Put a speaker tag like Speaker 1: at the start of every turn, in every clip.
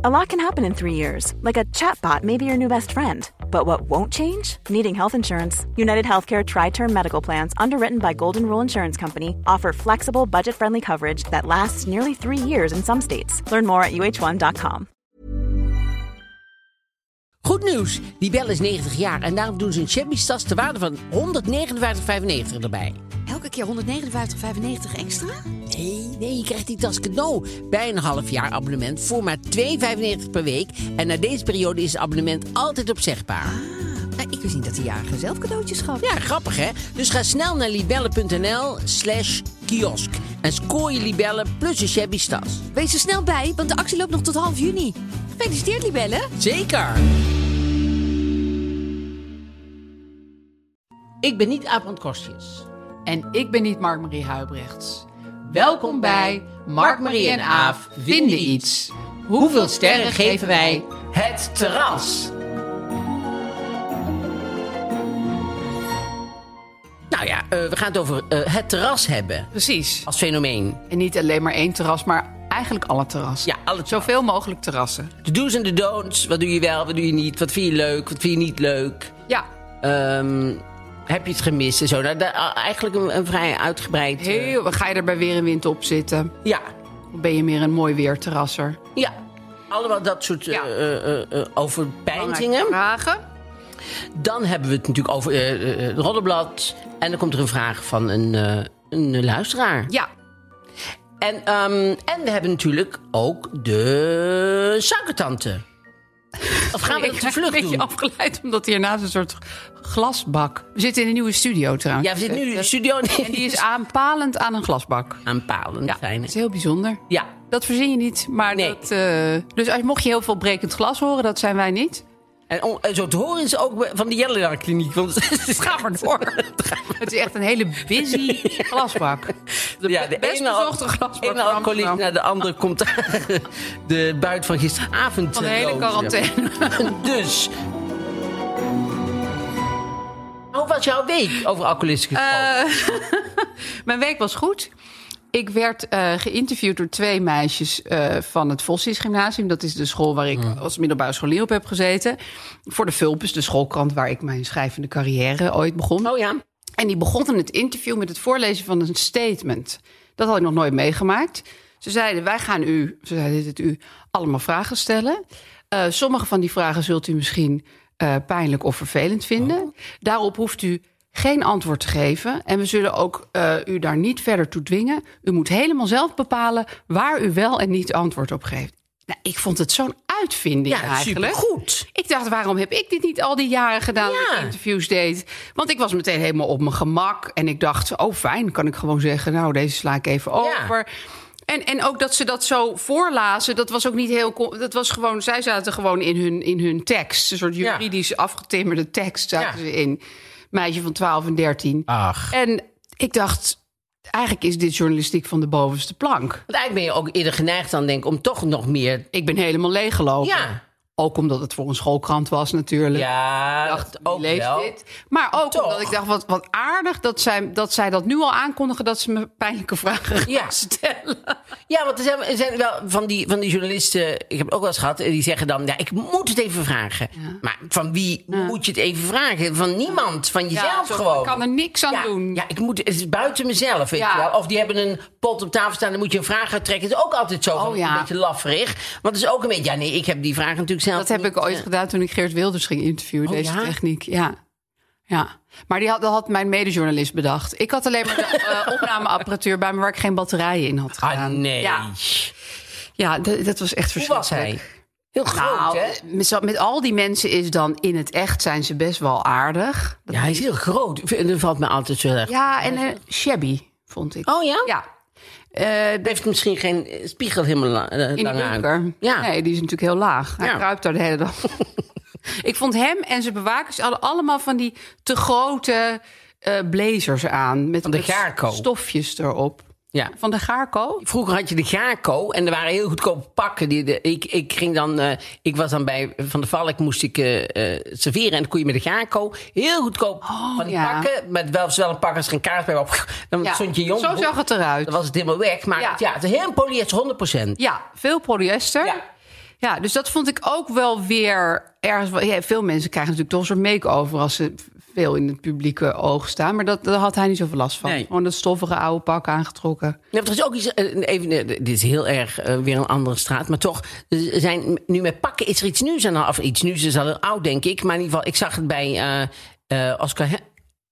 Speaker 1: A lot can happen in three years, like a chatbot may be your new best friend. But what won't change? Needing health insurance. United Healthcare Tri Term Medical Plans, underwritten by Golden Rule Insurance Company, offer flexible, budget friendly coverage that lasts nearly three years in some states. Learn more at uh1.com.
Speaker 2: Goed nieuws, die bel is 90 jaar en daarom doen ze een Chemis tas ter waarde van 159,95 erbij.
Speaker 3: Elke keer 159,95 extra?
Speaker 2: Nee, nee, je krijgt die tas cadeau bij een half jaar abonnement voor maar 2,95 per week. En na deze periode is het abonnement altijd opzegbaar.
Speaker 3: Nou, ik wist niet dat de jarige zelf cadeautjes gaf.
Speaker 2: Ja, grappig hè? Dus ga snel naar libellen.nl slash kiosk en scoor je libellen plus een shabby tas.
Speaker 3: Wees er snel bij, want de actie loopt nog tot half juni. Gefeliciteerd, Libelle.
Speaker 2: Zeker! Ik ben niet Aap van Kostjes.
Speaker 4: En ik ben niet Mark-Marie Huibrechts. Welkom bij Mark-Marie en Aaf vinden iets. Hoeveel sterren geven wij het terras?
Speaker 2: Nou ja, eh, we gaan het over eh, het terras hebben
Speaker 4: Precies.
Speaker 2: als fenomeen.
Speaker 4: En niet alleen maar één terras, maar eigenlijk alle terrassen.
Speaker 2: Ja, alle terras.
Speaker 4: Zoveel mogelijk terrassen.
Speaker 2: De do's en de don'ts. Wat doe je wel, wat doe je niet? Wat vind je leuk, wat vind je niet leuk?
Speaker 4: Ja,
Speaker 2: Ehm, heb je het gemist en zo? Nou, daar- eigenlijk een, een vrij uitgebreid... eh,
Speaker 4: heel, ga je er bij weer en wind op zitten?
Speaker 2: ja,
Speaker 4: Of ben je meer een mooi weerterrasser?
Speaker 2: ja. Allemaal dat soort eh
Speaker 4: Ja.
Speaker 2: eh, eh, eh, overpeinzingen.
Speaker 4: Vragen?
Speaker 2: Dan hebben we het natuurlijk over eh, eh, het Roddenblad. En dan komt er een vraag van een, eh, een luisteraar.
Speaker 4: Ja.
Speaker 2: En, ehm, en we hebben natuurlijk ook de suikertante. Of gaan we
Speaker 4: Ik
Speaker 2: dat te
Speaker 4: raak
Speaker 2: vlug
Speaker 4: een beetje
Speaker 2: doen?
Speaker 4: afgeleid, omdat hiernaast een soort glasbak... We zitten in een nieuwe studio trouwens.
Speaker 2: Ja, we zitten nu in de studio.
Speaker 4: En die is aanpalend aan een glasbak.
Speaker 2: aanpalend.
Speaker 4: Ja,
Speaker 2: fijn, hè?
Speaker 4: dat is heel bijzonder.
Speaker 2: ja.
Speaker 4: Dat verzin je niet, maar
Speaker 2: Nee.
Speaker 4: dat... eh, dus als, mocht je heel veel brekend glas horen, dat zijn wij niet.
Speaker 2: En, on- en zo te horen is ook van de Jellenaar Kliniek. Want het gaat maar door.
Speaker 4: Het is echt een hele busy glasbak. De be- best
Speaker 2: ene al-
Speaker 4: bezochte glasbak
Speaker 2: ene
Speaker 4: van
Speaker 2: alcoholist
Speaker 4: Amsterdam.
Speaker 2: naar de andere komt de buit van gisteravond.
Speaker 4: Van de
Speaker 2: eh,
Speaker 4: hele
Speaker 2: lozen.
Speaker 4: quarantaine.
Speaker 2: Dus. Hoe was jouw Oh, week over alcoholisten
Speaker 4: Eh,
Speaker 2: gesproken?
Speaker 4: Mijn week was goed. Ik werd eh, geïnterviewd door twee meisjes eh, van het Vossies Gymnasium. Dat is de school waar ik als middelbare scholier op heb gezeten. Voor de Vulpes, de schoolkrant waar ik mijn schrijvende carrière ooit begon.
Speaker 2: oh ja.
Speaker 4: En die begonnen het interview met het voorlezen van een statement. Dat had ik nog nooit meegemaakt. Ze zeiden, wij gaan u, ze zeiden het u, allemaal vragen stellen. Eh, sommige van die vragen zult u misschien eh, pijnlijk of vervelend vinden.
Speaker 2: Oh.
Speaker 4: Daarop hoeft u geen antwoord te geven. En we zullen ook eh, u daar niet verder toe dwingen. U moet helemaal zelf bepalen waar u wel en niet antwoord op geeft. Nou, ik vond het zo'n uitvinding
Speaker 2: Ja,
Speaker 4: eigenlijk.
Speaker 2: supergoed.
Speaker 4: Ik dacht, waarom heb ik dit niet al die jaren gedaan dat
Speaker 2: Ja.
Speaker 4: ik interviews deed? Want ik was meteen helemaal op mijn gemak. En ik dacht, oh fijn, kan ik gewoon zeggen... nou, deze sla ik even
Speaker 2: Ja.
Speaker 4: over. En, en ook dat ze dat zo voorlazen, dat was ook niet heel... co- Dat was gewoon, zij zaten gewoon in hun, in hun tekst. Een soort
Speaker 2: Ja.
Speaker 4: juridisch afgetimmerde tekst zaten
Speaker 2: Ja.
Speaker 4: ze in. Meisje van 12 en 13.
Speaker 2: Ach.
Speaker 4: En ik dacht, eigenlijk is dit journalistiek van de bovenste plank.
Speaker 2: Want eigenlijk ben je ook eerder geneigd dan denk ik om toch nog meer...
Speaker 4: Ik ben helemaal leeggelopen.
Speaker 2: Ja.
Speaker 4: Ook omdat het voor een schoolkrant was natuurlijk.
Speaker 2: Ja,
Speaker 4: Ik dacht,
Speaker 2: dat
Speaker 4: wie
Speaker 2: ook
Speaker 4: leest
Speaker 2: wel.
Speaker 4: dit? Maar ook
Speaker 2: Toch.
Speaker 4: omdat ik dacht, wat, wat aardig dat zij, dat zij dat nu al aankondigen... dat ze me pijnlijke vragen gaan
Speaker 2: Ja.
Speaker 4: stellen.
Speaker 2: Ja, want er zijn, er zijn wel van die, van die journalisten... Ik heb het ook wel eens gehad, eh, die zeggen dan... Ja, ik moet het even vragen. Maar van wie moet je het even vragen? Van niemand, van jezelf
Speaker 4: zo,
Speaker 2: gewoon.
Speaker 4: Ik kan er niks aan
Speaker 2: ja,
Speaker 4: doen.
Speaker 2: Ja, ik moet, het is buiten mezelf, weet
Speaker 4: Ja.
Speaker 2: je wel. Of die hebben een pot op tafel staan, dan moet je een vraag uittrekken. Het is ook altijd zo, van,
Speaker 4: Oh, ja.
Speaker 2: een beetje lafferig. Want het is ook een beetje... Ja, nee, ik heb die vraag natuurlijk zelf
Speaker 4: Dat heb
Speaker 2: niet,
Speaker 4: ik ooit
Speaker 2: eh,
Speaker 4: gedaan toen ik Geert Wilders ging interviewen,
Speaker 2: Oh,
Speaker 4: deze
Speaker 2: ja?
Speaker 4: techniek. Ja. ja. Maar die had, dat had mijn medejournalist bedacht. Ik had alleen maar de eh, opnameapparatuur bij me waar ik geen batterijen in had
Speaker 2: Ah,
Speaker 4: gedaan.
Speaker 2: nee.
Speaker 4: Ja, ja d- dat was echt
Speaker 2: Hoe was hij?
Speaker 4: verschrikkelijk.
Speaker 2: Heel groot,
Speaker 4: Nou,
Speaker 2: hè?
Speaker 4: met, zo- met al die mensen is dan in het echt zijn ze best wel aardig.
Speaker 2: Ja, hij is heel groot. En dat valt me altijd zo erg.
Speaker 4: Ja, en eh, shabby, vond ik.
Speaker 2: Oh ja?
Speaker 4: Ja. Eh,
Speaker 2: Hij heeft misschien geen eh, spiegel helemaal la- eh,
Speaker 4: in de
Speaker 2: lang
Speaker 4: bunker.
Speaker 2: aan. Ja.
Speaker 4: Nee, die is natuurlijk heel laag. Hij
Speaker 2: Ja.
Speaker 4: kruipt daar de hele dag. ik vond hem en zijn bewakers hadden allemaal van die te grote eh, blazers aan. Met,
Speaker 2: Van de
Speaker 4: met
Speaker 2: Gaarko.
Speaker 4: stofjes erop.
Speaker 2: Ja.
Speaker 4: Van de Gaarko?
Speaker 2: Vroeger had je de Gaarko en er waren heel goedkope pakken. Die de, ik, ik, ging dan, eh, ik was dan bij Van de Valk, moest ik eh, eh, serveren. En dan kon je met de Gaarko heel goedkoop van die
Speaker 4: Oh, ja.
Speaker 2: pakken. Met wel zowel een pak als er een kaart bij. maar Dan
Speaker 4: Ja.
Speaker 2: stond je jong.
Speaker 4: Zo zag het eruit.
Speaker 2: Dan was het helemaal weg. Maar
Speaker 4: Ja.
Speaker 2: ja, het is heel polyester, 100
Speaker 4: Ja, veel polyester.
Speaker 2: Ja.
Speaker 4: Ja. Ja, dus dat vond ik ook wel weer ergens. wel- Ja, veel mensen krijgen natuurlijk toch een soort make-over als ze veel in het publieke oog staan. Maar dat, daar had hij niet zoveel last van.
Speaker 2: Nee.
Speaker 4: Gewoon dat stoffige oude pak aangetrokken.
Speaker 2: Nee, want er is ook iets, eh, even, eh, dit is heel erg eh, weer een andere straat, maar toch, er zijn, nu met pakken is er iets nieuws aan de hand. Of iets nieuws is al heel oud, denk ik. Maar in ieder geval, ik zag het bij eh, eh, Oscar, He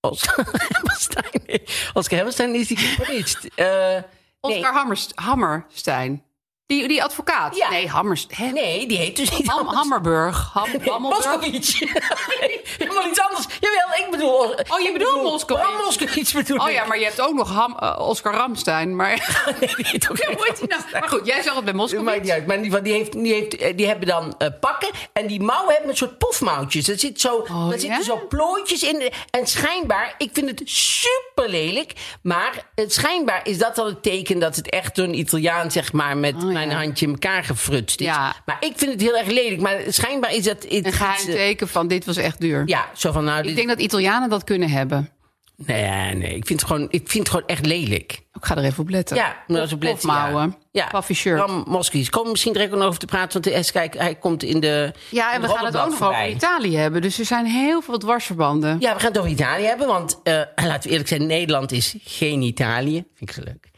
Speaker 2: Oscar Hammerstein. Nee, Oscar Hammerstein is die gepreached. Eh, nee.
Speaker 4: Oscar Hammerst- Hammerstein. Die, die advocaat.
Speaker 2: Ja.
Speaker 4: Nee, Hammerstein.
Speaker 2: nee, die heet dus niet
Speaker 4: Ham,
Speaker 2: anders.
Speaker 4: Hammerburg. Ham, Hammelburg.
Speaker 2: Moskowitz. Helemaal iets anders. Jawel, ik bedoel... eh,
Speaker 4: Oh, je
Speaker 2: ik
Speaker 4: bedoelt
Speaker 2: bedoel-
Speaker 4: Moskowitz.
Speaker 2: Oh, Moskowitz bedoel
Speaker 4: Oh
Speaker 2: ik.
Speaker 4: ja, maar je hebt ook nog Ham, eh, Oscar Ramstein. Maar,
Speaker 2: Nee, die heet ook
Speaker 4: Ja, hoe heet die nou? maar goed, jij zag het bij
Speaker 2: Dat
Speaker 4: Moskou.
Speaker 2: maakt niet uit. Maar in ieder geval, die, heeft, die, heeft, eh, die hebben dan eh, pakken. En die mouwen hebben een soort pofmouwtjes. Er zit zo, daar
Speaker 4: Oh, ja?
Speaker 2: zitten zo plooitjes in. En schijnbaar, ik vind het super lelijk. Maar het schijnbaar is dat al het teken dat het echt door een Italiaan, zeg maar, met mijn handje in elkaar gefrutst is.
Speaker 4: Oh, Ja.
Speaker 2: Maar ik vind het heel erg lelijk. Maar schijnbaar is dat. eh,
Speaker 4: Een geheim teken van dit was echt duur.
Speaker 2: Ja, zo van nou.
Speaker 4: Ik
Speaker 2: dit-
Speaker 4: denk dat Italianen dat kunnen hebben.
Speaker 2: nee, nee, ik vind, het gewoon, ik vind het gewoon echt lelijk.
Speaker 4: Ik ga er even op letten.
Speaker 2: Ja, maar dat is een blitz,
Speaker 4: mouwen.
Speaker 2: Ja.
Speaker 4: Puffy shirt.
Speaker 2: Ram Moskies. Komen we misschien direct nog over te praten. Want de S, kijk, hij komt in de.
Speaker 4: Ja, en we gaan het ook nog over
Speaker 2: voorbij.
Speaker 4: Italië hebben. Dus er zijn heel veel dwarsverbanden.
Speaker 2: Ja, we gaan het over Italië hebben. Want eh, laten we eerlijk zijn, Nederland is geen Italië. Vind ik zo leuk.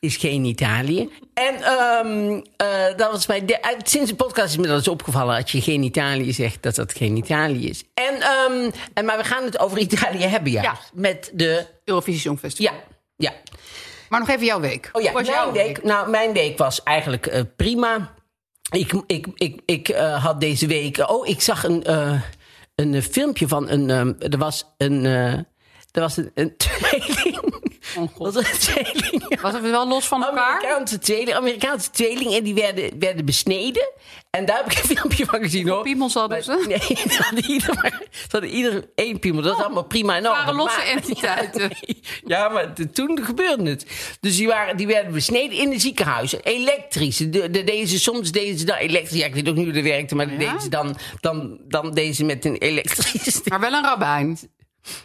Speaker 2: Is geen Italië. En ehm, eh, dat was mij. de- eh, sinds de podcast is me dat eens opgevallen. Als je geen Italië zegt, dat dat geen Italië is. En, ehm, en, maar we gaan het over Italië hebben, ja.
Speaker 4: Ja.
Speaker 2: Met de.
Speaker 4: Eurovisie Songfestival.
Speaker 2: Ja, ja.
Speaker 4: Maar nog even jouw week.
Speaker 2: Oh ja,
Speaker 4: Hoe was jouw
Speaker 2: mijn week, nou, mijn week was eigenlijk eh, prima. Ik, ik, ik, ik eh, had deze week. Oh, ik zag een, eh, een eh, filmpje van een. eh, er was een. eh, er was een, een tweeling. Er was een tweeling.
Speaker 4: Was het wel los Oh,
Speaker 2: Oh,
Speaker 4: van elkaar?
Speaker 2: Amerikaanse tweeling, Amerikaanse tweeling. En die werden, werden besneden. En daar heb ik een filmpje van gezien hoor.
Speaker 4: Piemels hadden
Speaker 2: Maar-
Speaker 4: ze. Oh,
Speaker 2: Nee, ze hadden ieder, maar- ze hadden ieder één piemel. Dat is allemaal prima. en al.
Speaker 4: Het waren losse
Speaker 2: Maar-
Speaker 4: entiteiten.
Speaker 2: Nee. Ja, maar t- toen gebeurde het. Dus die, waren, die werden besneden in de ziekenhuizen. Elektrisch. De, de, deze, soms deden ze dan elektrisch. Ja, ik weet ook niet hoe dat werkte, maar deze dan, dan, dan deze met een elektrische stik.
Speaker 4: Maar wel een rabbijn.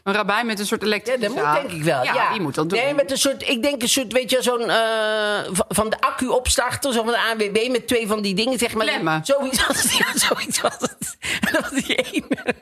Speaker 4: Een rabbijn met een soort elektrische...
Speaker 2: Ja, dat moet denk ik wel.
Speaker 4: Ja,
Speaker 2: dus Ja,
Speaker 4: die moet dat doen.
Speaker 2: Nee, met een soort, ik denk een soort, weet je, wel, zo'n eh, van- van de accu-opstarter, zo van de ANWB met twee van die dingen, zeg maar.
Speaker 4: Klemmen.
Speaker 2: Zoiets was het. Ja, zoiets was het. En dat was die ene.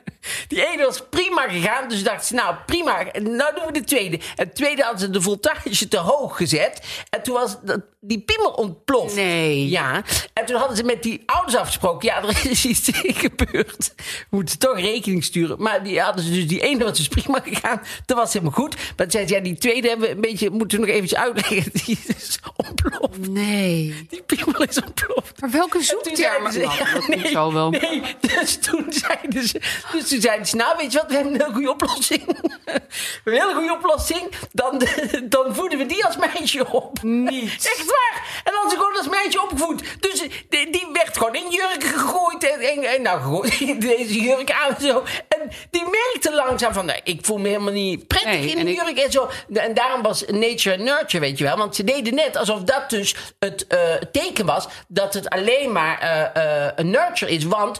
Speaker 2: Die ene was prima gegaan, dus dacht ze, nou prima, nou doen we de tweede. En de tweede hadden ze de voltage te hoog gezet. En toen was dat, die piemel ontploft.
Speaker 4: Nee.
Speaker 2: Ja, en toen hadden ze met die ouders afgesproken. Ja, er is iets gebeurd. We moeten toch rekening sturen. Maar die hadden ze dus die ene was dus prima gegaan. Dat was helemaal goed. Maar toen zei ze, ja, die tweede hebben we een beetje, moeten we nog eventjes uitleggen. Die is ontploft.
Speaker 4: Nee.
Speaker 2: Die piemel is ontploft.
Speaker 4: Maar welke
Speaker 2: En toen zeiden
Speaker 4: zoektermen?
Speaker 2: ze-
Speaker 4: Nou, dat
Speaker 2: ja,
Speaker 4: moet zo wel.
Speaker 2: Nee, dus toen zeiden ze, dus toen zeiden ze, nou weet je wat, we hebben een hele goede oplossing. We hebben een hele goede oplossing. Dan, dan voeden we die als meisje op.
Speaker 4: Niet.
Speaker 2: Echt waar. En dan is ze gewoon als meisje opgevoed. Dus die, die werd gewoon in jurk gegooid. En, en, en nou, gegooid, deze jurk aan en zo. En die merkte langzaam van, nou, ik voel me helemaal niet prettig
Speaker 4: Nee,
Speaker 2: in
Speaker 4: en
Speaker 2: die
Speaker 4: ik-
Speaker 2: jurk en zo. En daarom was nature en nurture, weet je wel. Want ze deden net alsof dat dus het eh, teken was... dat het alleen maar eh, eh, een nurture is. Want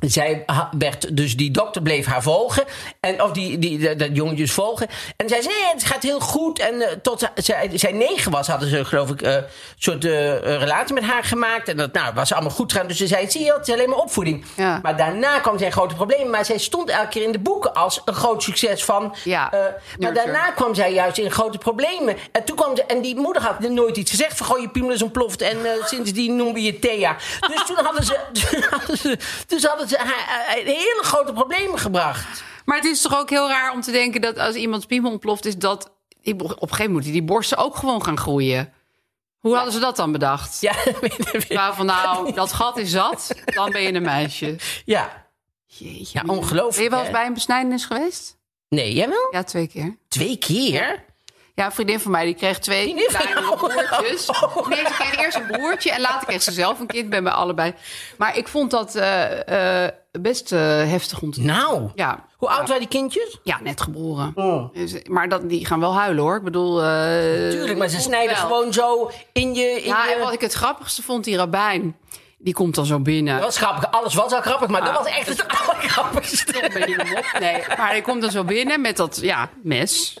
Speaker 2: zij ha- werd, dus die dokter bleef haar volgen. En, of die, die, dat- dat jongetje dus volgen. En zij zei, nee, het gaat heel goed. En eh, tot ze- zij, zij negen was, hadden ze, geloof ik, eh, een soort eh, eh, relatie met haar gemaakt. En dat nou, was allemaal goed gaan. Dus ze zei, zie je, het is alleen maar opvoeding.
Speaker 4: Ja.
Speaker 2: Maar daarna kwam zij grote problemen. Maar zij stond elke keer in de boeken als een groot succes van...
Speaker 4: Ja,
Speaker 2: eh, maar
Speaker 4: nurture.
Speaker 2: daarna kwam zij juist in grote problemen. En toen kwam ze, en die moeder had nooit iets gezegd van goh, je piemel is ontploft en eh, sindsdien noemen we je Thea. Dus toen hadden ze, toen hadden ze, dus hadden ze haar eh, in hele grote problemen gebracht.
Speaker 4: Maar het is toch ook heel raar om te denken dat als iemands piemel ontploft is... dat op een gegeven moment moeten die borsten ook gewoon gaan groeien. Hoe hadden ze dat dan bedacht?
Speaker 2: Ja, weet- weet-
Speaker 4: Waar van nou, dat gat is zat, dan ben je een meisje.
Speaker 2: ja.
Speaker 4: Jeetje.
Speaker 2: ja
Speaker 4: Ben je
Speaker 2: ongelooflijk.
Speaker 4: wel eens
Speaker 2: hè?
Speaker 4: bij een besnijdenis geweest?
Speaker 2: Nee, jij wel?
Speaker 4: Ja, twee keer.
Speaker 2: Twee keer?
Speaker 4: Ja, een vriendin van mij die kreeg twee
Speaker 2: Vriendin van
Speaker 4: kleine
Speaker 2: jou?
Speaker 4: broertjes.
Speaker 2: Oh.
Speaker 4: Nee, ze kreeg eerst een broertje en later kreeg ze zelf een kind bij mij allebei. Maar ik vond dat eh, eh, best eh, heftig om te doen.
Speaker 2: Nou,
Speaker 4: Ja. Eh,
Speaker 2: hoe oud Oh. waren die kindjes?
Speaker 4: Ja, net geboren. Dus- maar dat, die gaan wel huilen hoor. Ik bedoel. eh,
Speaker 2: Tuurlijk, maar ze
Speaker 4: ik vond
Speaker 2: snijden
Speaker 4: wel.
Speaker 2: gewoon zo in je... In
Speaker 4: Ja,
Speaker 2: je...
Speaker 4: en wat ik het grappigste vond, die rabbijn. Die komt dan zo binnen.
Speaker 2: Dat was grappig. Alles was al grappig, maar
Speaker 4: Ah.
Speaker 2: dat was echt het allergrappigste.
Speaker 4: Toch ben je hem op. Nee, maar hij komt dan zo binnen met dat ja, mes.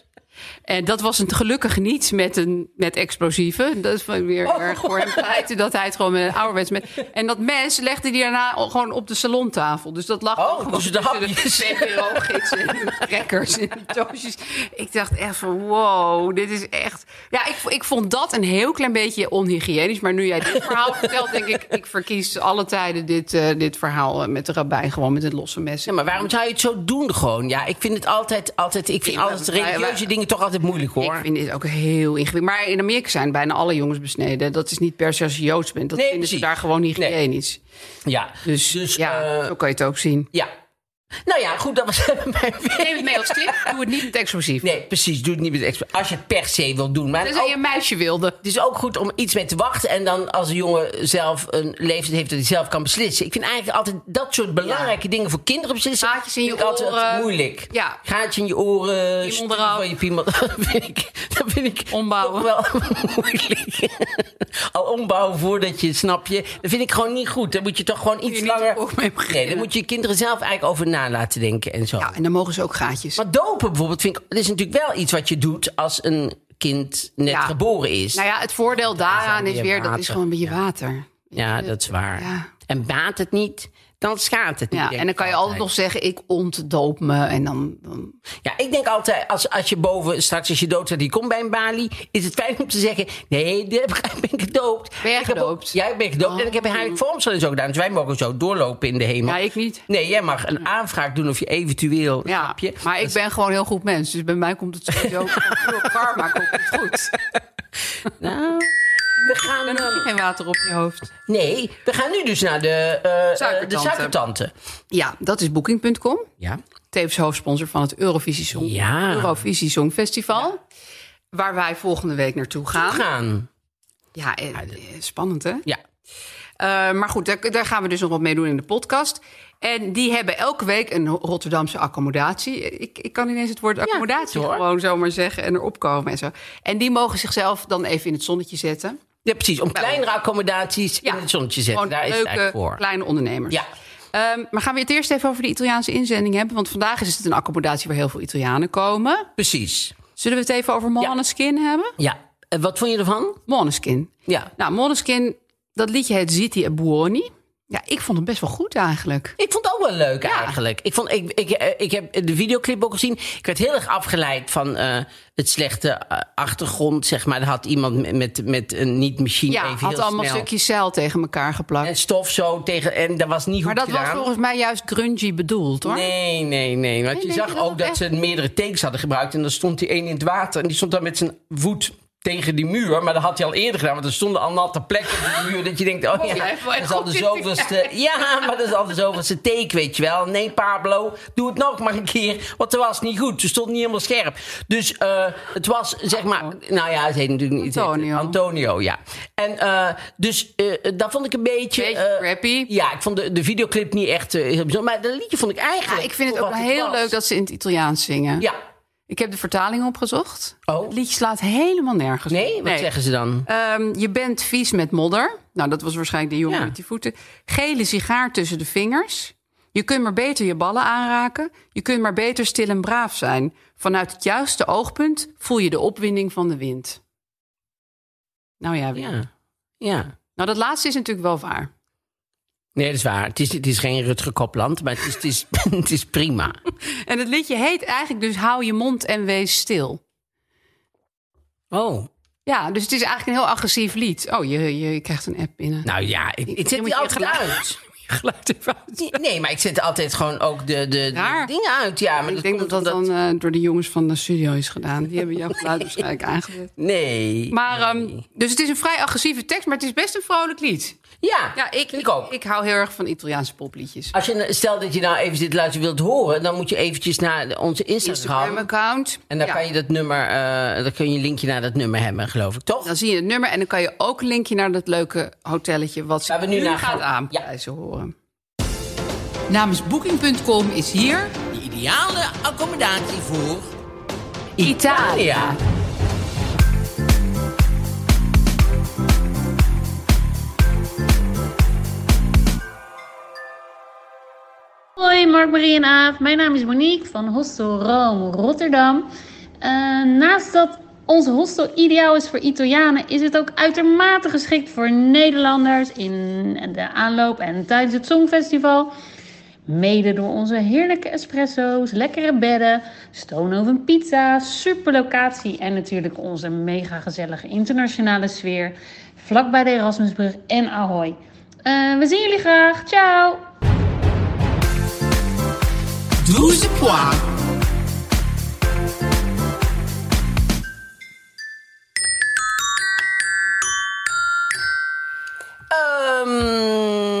Speaker 4: En dat was een, gelukkig niet met, een, met explosieven. Dat is wel weer
Speaker 2: Oh.
Speaker 4: erg voor hem pleiten dat hij het gewoon met een ouderwets... Met, en dat mes legde hij daarna al gewoon op de salontafel. Dus dat lag
Speaker 2: Oh,
Speaker 4: al gewoon
Speaker 2: dus de
Speaker 4: tussen
Speaker 2: hapjes.
Speaker 4: CPO-gidsen en de crackers en die toosjes. Ik dacht echt van wow, dit is echt... Ja, ik, vo- ik vond dat een heel klein beetje onhygiënisch. Maar nu jij dit verhaal vertelt, denk ik... ik verkies alle tijden dit, eh, dit verhaal eh, met de rabbijn. Gewoon met het losse mes.
Speaker 2: Ja, maar waarom zou je het zo doen gewoon? Ja, ik vind het altijd, altijd ik vind
Speaker 4: Ja, maar
Speaker 2: altijd
Speaker 4: wij- wij-
Speaker 2: religieuze dingen toch altijd moeilijk hoor.
Speaker 4: Ik vind dit ook heel ingewikkeld. Maar in Amerika zijn bijna alle jongens besneden. Dat is niet per se als je Joods bent. Dat
Speaker 2: Nee,
Speaker 4: vinden ze
Speaker 2: precies.
Speaker 4: daar gewoon
Speaker 2: Nee.
Speaker 4: hygiënisch.
Speaker 2: Ja,
Speaker 4: Dus, ja,
Speaker 2: eh,
Speaker 4: zo kan je het ook zien.
Speaker 2: ja. Nou ja, goed, dat was mijn
Speaker 4: Neem het mee als tip. Doe het niet met explosief.
Speaker 2: Nee, precies, doe het niet met extra. Als je het per se wil doen. Maar
Speaker 4: Dus
Speaker 2: ook-
Speaker 4: je een meisje wilde.
Speaker 2: het is ook goed om iets mee te wachten. En dan als een jongen zelf een leeftijd heeft dat hij zelf kan beslissen. Ik vind eigenlijk altijd dat soort belangrijke dingen voor kinderen beslissen.
Speaker 4: Gaatjes in
Speaker 2: vind
Speaker 4: je
Speaker 2: ik altijd
Speaker 4: oren.
Speaker 2: moeilijk.
Speaker 4: Ja.
Speaker 2: Gaatje in je oren.
Speaker 4: Piemel
Speaker 2: stoel
Speaker 4: eraf.
Speaker 2: Van je piemel. Dat vind ik, dat vind ik
Speaker 4: Ombouwen.
Speaker 2: toch wel moeilijk. Al ombouwen voordat je, snap je. Dat vind ik gewoon niet goed. Daar moet je toch gewoon iets
Speaker 4: niet
Speaker 2: langer...
Speaker 4: ook mee beginnen.
Speaker 2: Nee, daar moet je je kinderen zelf eigenlijk over na laten denken en zo.
Speaker 4: Ja, en dan mogen ze ook gaatjes.
Speaker 2: Maar dopen bijvoorbeeld vind ik... Dat is natuurlijk wel iets wat je doet als een kind net
Speaker 4: Ja.
Speaker 2: geboren is.
Speaker 4: Nou ja, het voordeel daaraan is
Speaker 2: weer
Speaker 4: weer, dat is
Speaker 2: water.
Speaker 4: gewoon een beetje water.
Speaker 2: Ja, dat is waar.
Speaker 4: Eh, ja.
Speaker 2: En baat het niet, dan schaadt het niet.
Speaker 4: Ja,
Speaker 2: denk
Speaker 4: en dan
Speaker 2: ik
Speaker 4: kan je altijd nog zeggen, ik ontdoop me. En dan, dan
Speaker 2: Ja, ik denk altijd, als, als je boven, straks als je dood gaat, die komt bij een balie... is het fijn om te zeggen, nee, daar ben ik gedoopt.
Speaker 4: Ben jij
Speaker 2: Ik heb ook-
Speaker 4: gedoopt? Oh.
Speaker 2: Ja, ik ben gedoopt. En ik heb Harry Vormsel en zo gedaan. Dus wij mogen zo doorlopen in de hemel.
Speaker 4: Ja, ik niet.
Speaker 2: Nee, jij mag een aanvraag doen of je eventueel...
Speaker 4: Ja,
Speaker 2: snap je?
Speaker 4: maar ik ben gewoon een heel goed mens. Dus bij mij komt het sowieso door karma komt het goed.
Speaker 2: Nou, we gaan...
Speaker 4: Dan heb je geen water op je hoofd.
Speaker 2: Nee, we gaan nu dus naar de, eh, eh,
Speaker 4: Suikertante.
Speaker 2: de suikertante.
Speaker 4: Ja, dat is booking.com.
Speaker 2: Ja.
Speaker 4: Tevens hoofdsponsor van het Eurovisie, Song,
Speaker 2: Ja.
Speaker 4: Eurovisie Songfestival. Waar wij volgende week naartoe gaan.
Speaker 2: Gaan.
Speaker 4: Ja, eh, eh, spannend hè?
Speaker 2: Ja.
Speaker 4: Eh, maar goed, daar, daar gaan we dus nog wat mee doen in de podcast. En die hebben elke week een Rotterdamse accommodatie. Eh, Ik, ik kan ineens het woord accommodatie
Speaker 2: goed, hoor.
Speaker 4: gewoon zomaar zeggen en erop komen en zo. En die mogen zichzelf dan even in het zonnetje zetten.
Speaker 2: Ja, precies. Om kleinere accommodaties in het zonnetje zetten.
Speaker 4: gewoon
Speaker 2: Daar is het
Speaker 4: leuke,
Speaker 2: eigenlijk voor.
Speaker 4: kleine ondernemers.
Speaker 2: Ja.
Speaker 4: Ehm, maar gaan we het eerst even over de Italiaanse inzending hebben? Want vandaag is het een accommodatie waar heel veel Italianen komen.
Speaker 2: Precies.
Speaker 4: Zullen we het even over Måneskin hebben?
Speaker 2: Ja. En wat vond je ervan?
Speaker 4: Måneskin.
Speaker 2: Ja.
Speaker 4: Nou, Måneskin, dat liedje heet Ziti e Buoni. Ja, ik vond het best wel goed eigenlijk.
Speaker 2: Ik vond het ook wel leuk eigenlijk. Ik, vond, ik, ik, eh, ik heb de videoclip ook gezien. Ik werd heel erg afgeleid van eh, het slechte eh, achtergrond. Zeg maar. Er had iemand met- met, met een niet-machine
Speaker 4: Ja,
Speaker 2: even
Speaker 4: had
Speaker 2: heel
Speaker 4: allemaal
Speaker 2: snel.
Speaker 4: stukjes zeil tegen elkaar geplakt.
Speaker 2: En stof zo tegen. En dat was niet
Speaker 4: maar
Speaker 2: goed
Speaker 4: dat was
Speaker 2: gedaan.
Speaker 4: volgens mij juist grungy bedoeld, hoor.
Speaker 2: Nee, nee, nee. Want je
Speaker 4: Nee, denk je
Speaker 2: zag
Speaker 4: dat
Speaker 2: ook
Speaker 4: het
Speaker 2: dat
Speaker 4: echt-
Speaker 2: ze meerdere takes hadden gebruikt. En dan stond die één in het water. En die stond dan met zijn voet tegen die muur. Maar dat had hij al eerder gedaan. Want er stonden al natte plekken op die muur. Dat je denkt, oh
Speaker 4: hij
Speaker 2: ja,
Speaker 4: heeft wel
Speaker 2: dat
Speaker 4: echt
Speaker 2: is al de
Speaker 4: goed zitten
Speaker 2: zoveelste... Ja, maar dat is al de zoveelste take, weet je wel. Nee, Pablo, doe het nog maar een keer. Want het was niet goed. Ze stond niet helemaal scherp. Dus eh, het was, zeg maar... Nou ja, het heet natuurlijk niet... het heet
Speaker 4: Antonio.
Speaker 2: Antonio, ja. En eh, dus eh, dat vond ik een beetje...
Speaker 4: Beetje
Speaker 2: eh,
Speaker 4: crappy.
Speaker 2: ja, ik vond de, de videoclip niet echt eh, heel bijzonder. Maar dat liedje vond ik
Speaker 4: Ja,
Speaker 2: eigenlijk...
Speaker 4: ik vind het
Speaker 2: voor
Speaker 4: ook
Speaker 2: wat
Speaker 4: heel
Speaker 2: was.
Speaker 4: leuk dat ze in het Italiaans zingen.
Speaker 2: Ja.
Speaker 4: Ik heb de vertaling opgezocht.
Speaker 2: Oh.
Speaker 4: Het liedje slaat helemaal nergens
Speaker 2: Nee? Wat zeggen ze dan?
Speaker 4: Ehm, je bent vies met modder. Nou, dat was waarschijnlijk die jongen
Speaker 2: Ja.
Speaker 4: met die voeten. Gele sigaar tussen de vingers. Je kunt maar beter je ballen aanraken. Je kunt maar beter stil en braaf zijn. Vanuit het juiste oogpunt voel je de opwinding van de wind. Nou ja, weer.
Speaker 2: Ja. Ja.
Speaker 4: Nou, dat laatste is natuurlijk wel waar.
Speaker 2: Nee, dat is waar. Het is, het is geen Rutger Kopland, maar het is, het is, het is prima.
Speaker 4: En het liedje heet eigenlijk dus Hou je mond en wees stil.
Speaker 2: Oh.
Speaker 4: Ja, dus het is eigenlijk een heel agressief lied. Oh, je, je, je krijgt een app binnen.
Speaker 2: Nou ja, ik, ik
Speaker 4: Dan
Speaker 2: zet
Speaker 4: moet
Speaker 2: die
Speaker 4: je
Speaker 2: altijd
Speaker 4: geluid-
Speaker 2: uit.
Speaker 4: Je geluid even uit.
Speaker 2: Nee, maar ik zet altijd gewoon ook de, de, de
Speaker 4: Raar.
Speaker 2: dingen uit. Ja, maar
Speaker 4: Ik denk dat dat
Speaker 2: komt
Speaker 4: dan
Speaker 2: omdat-
Speaker 4: eh, door de jongens van de studio is gedaan. Die hebben jouw geluid waarschijnlijk aangezet.
Speaker 2: Nee.
Speaker 4: Maar, ehm, dus het is een vrij agressieve tekst, maar het is best een vrolijk lied.
Speaker 2: ja,
Speaker 4: Ja, ik,
Speaker 2: vind ik ook.
Speaker 4: Ik hou heel erg van Italiaanse popliedjes.
Speaker 2: Als je, stel dat je nou even dit luisteren wilt horen... dan moet je eventjes naar onze Instagram.
Speaker 4: Instagram-account.
Speaker 2: En dan
Speaker 4: Ja.
Speaker 2: kan je dat nummer... eh, dan kun je een linkje naar dat nummer hebben, geloof ik, toch?
Speaker 4: Dan zie je het nummer en dan kan je ook een linkje naar dat leuke hotelletje... wat ze
Speaker 2: Waar we nu
Speaker 4: nu,
Speaker 2: naar
Speaker 4: gaat
Speaker 2: gaan.
Speaker 4: aanprijzen horen. Namens Booking.com is hier...
Speaker 2: De ideale accommodatie voor...
Speaker 4: Italia.
Speaker 5: Hoi Mark, Marie en Aaf. Mijn naam is Monique van Hostel Rome Rotterdam. Eh, naast dat onze hostel ideaal is voor Italianen, is het ook uitermate geschikt voor Nederlanders in de aanloop en tijdens het Songfestival. Mede door onze heerlijke espresso's, lekkere bedden, stoonoven pizza, super locatie en natuurlijk onze mega gezellige internationale sfeer. Vlakbij de Erasmusbrug en Ahoy. Eh, we zien jullie graag. Ciao!
Speaker 2: Douze pois.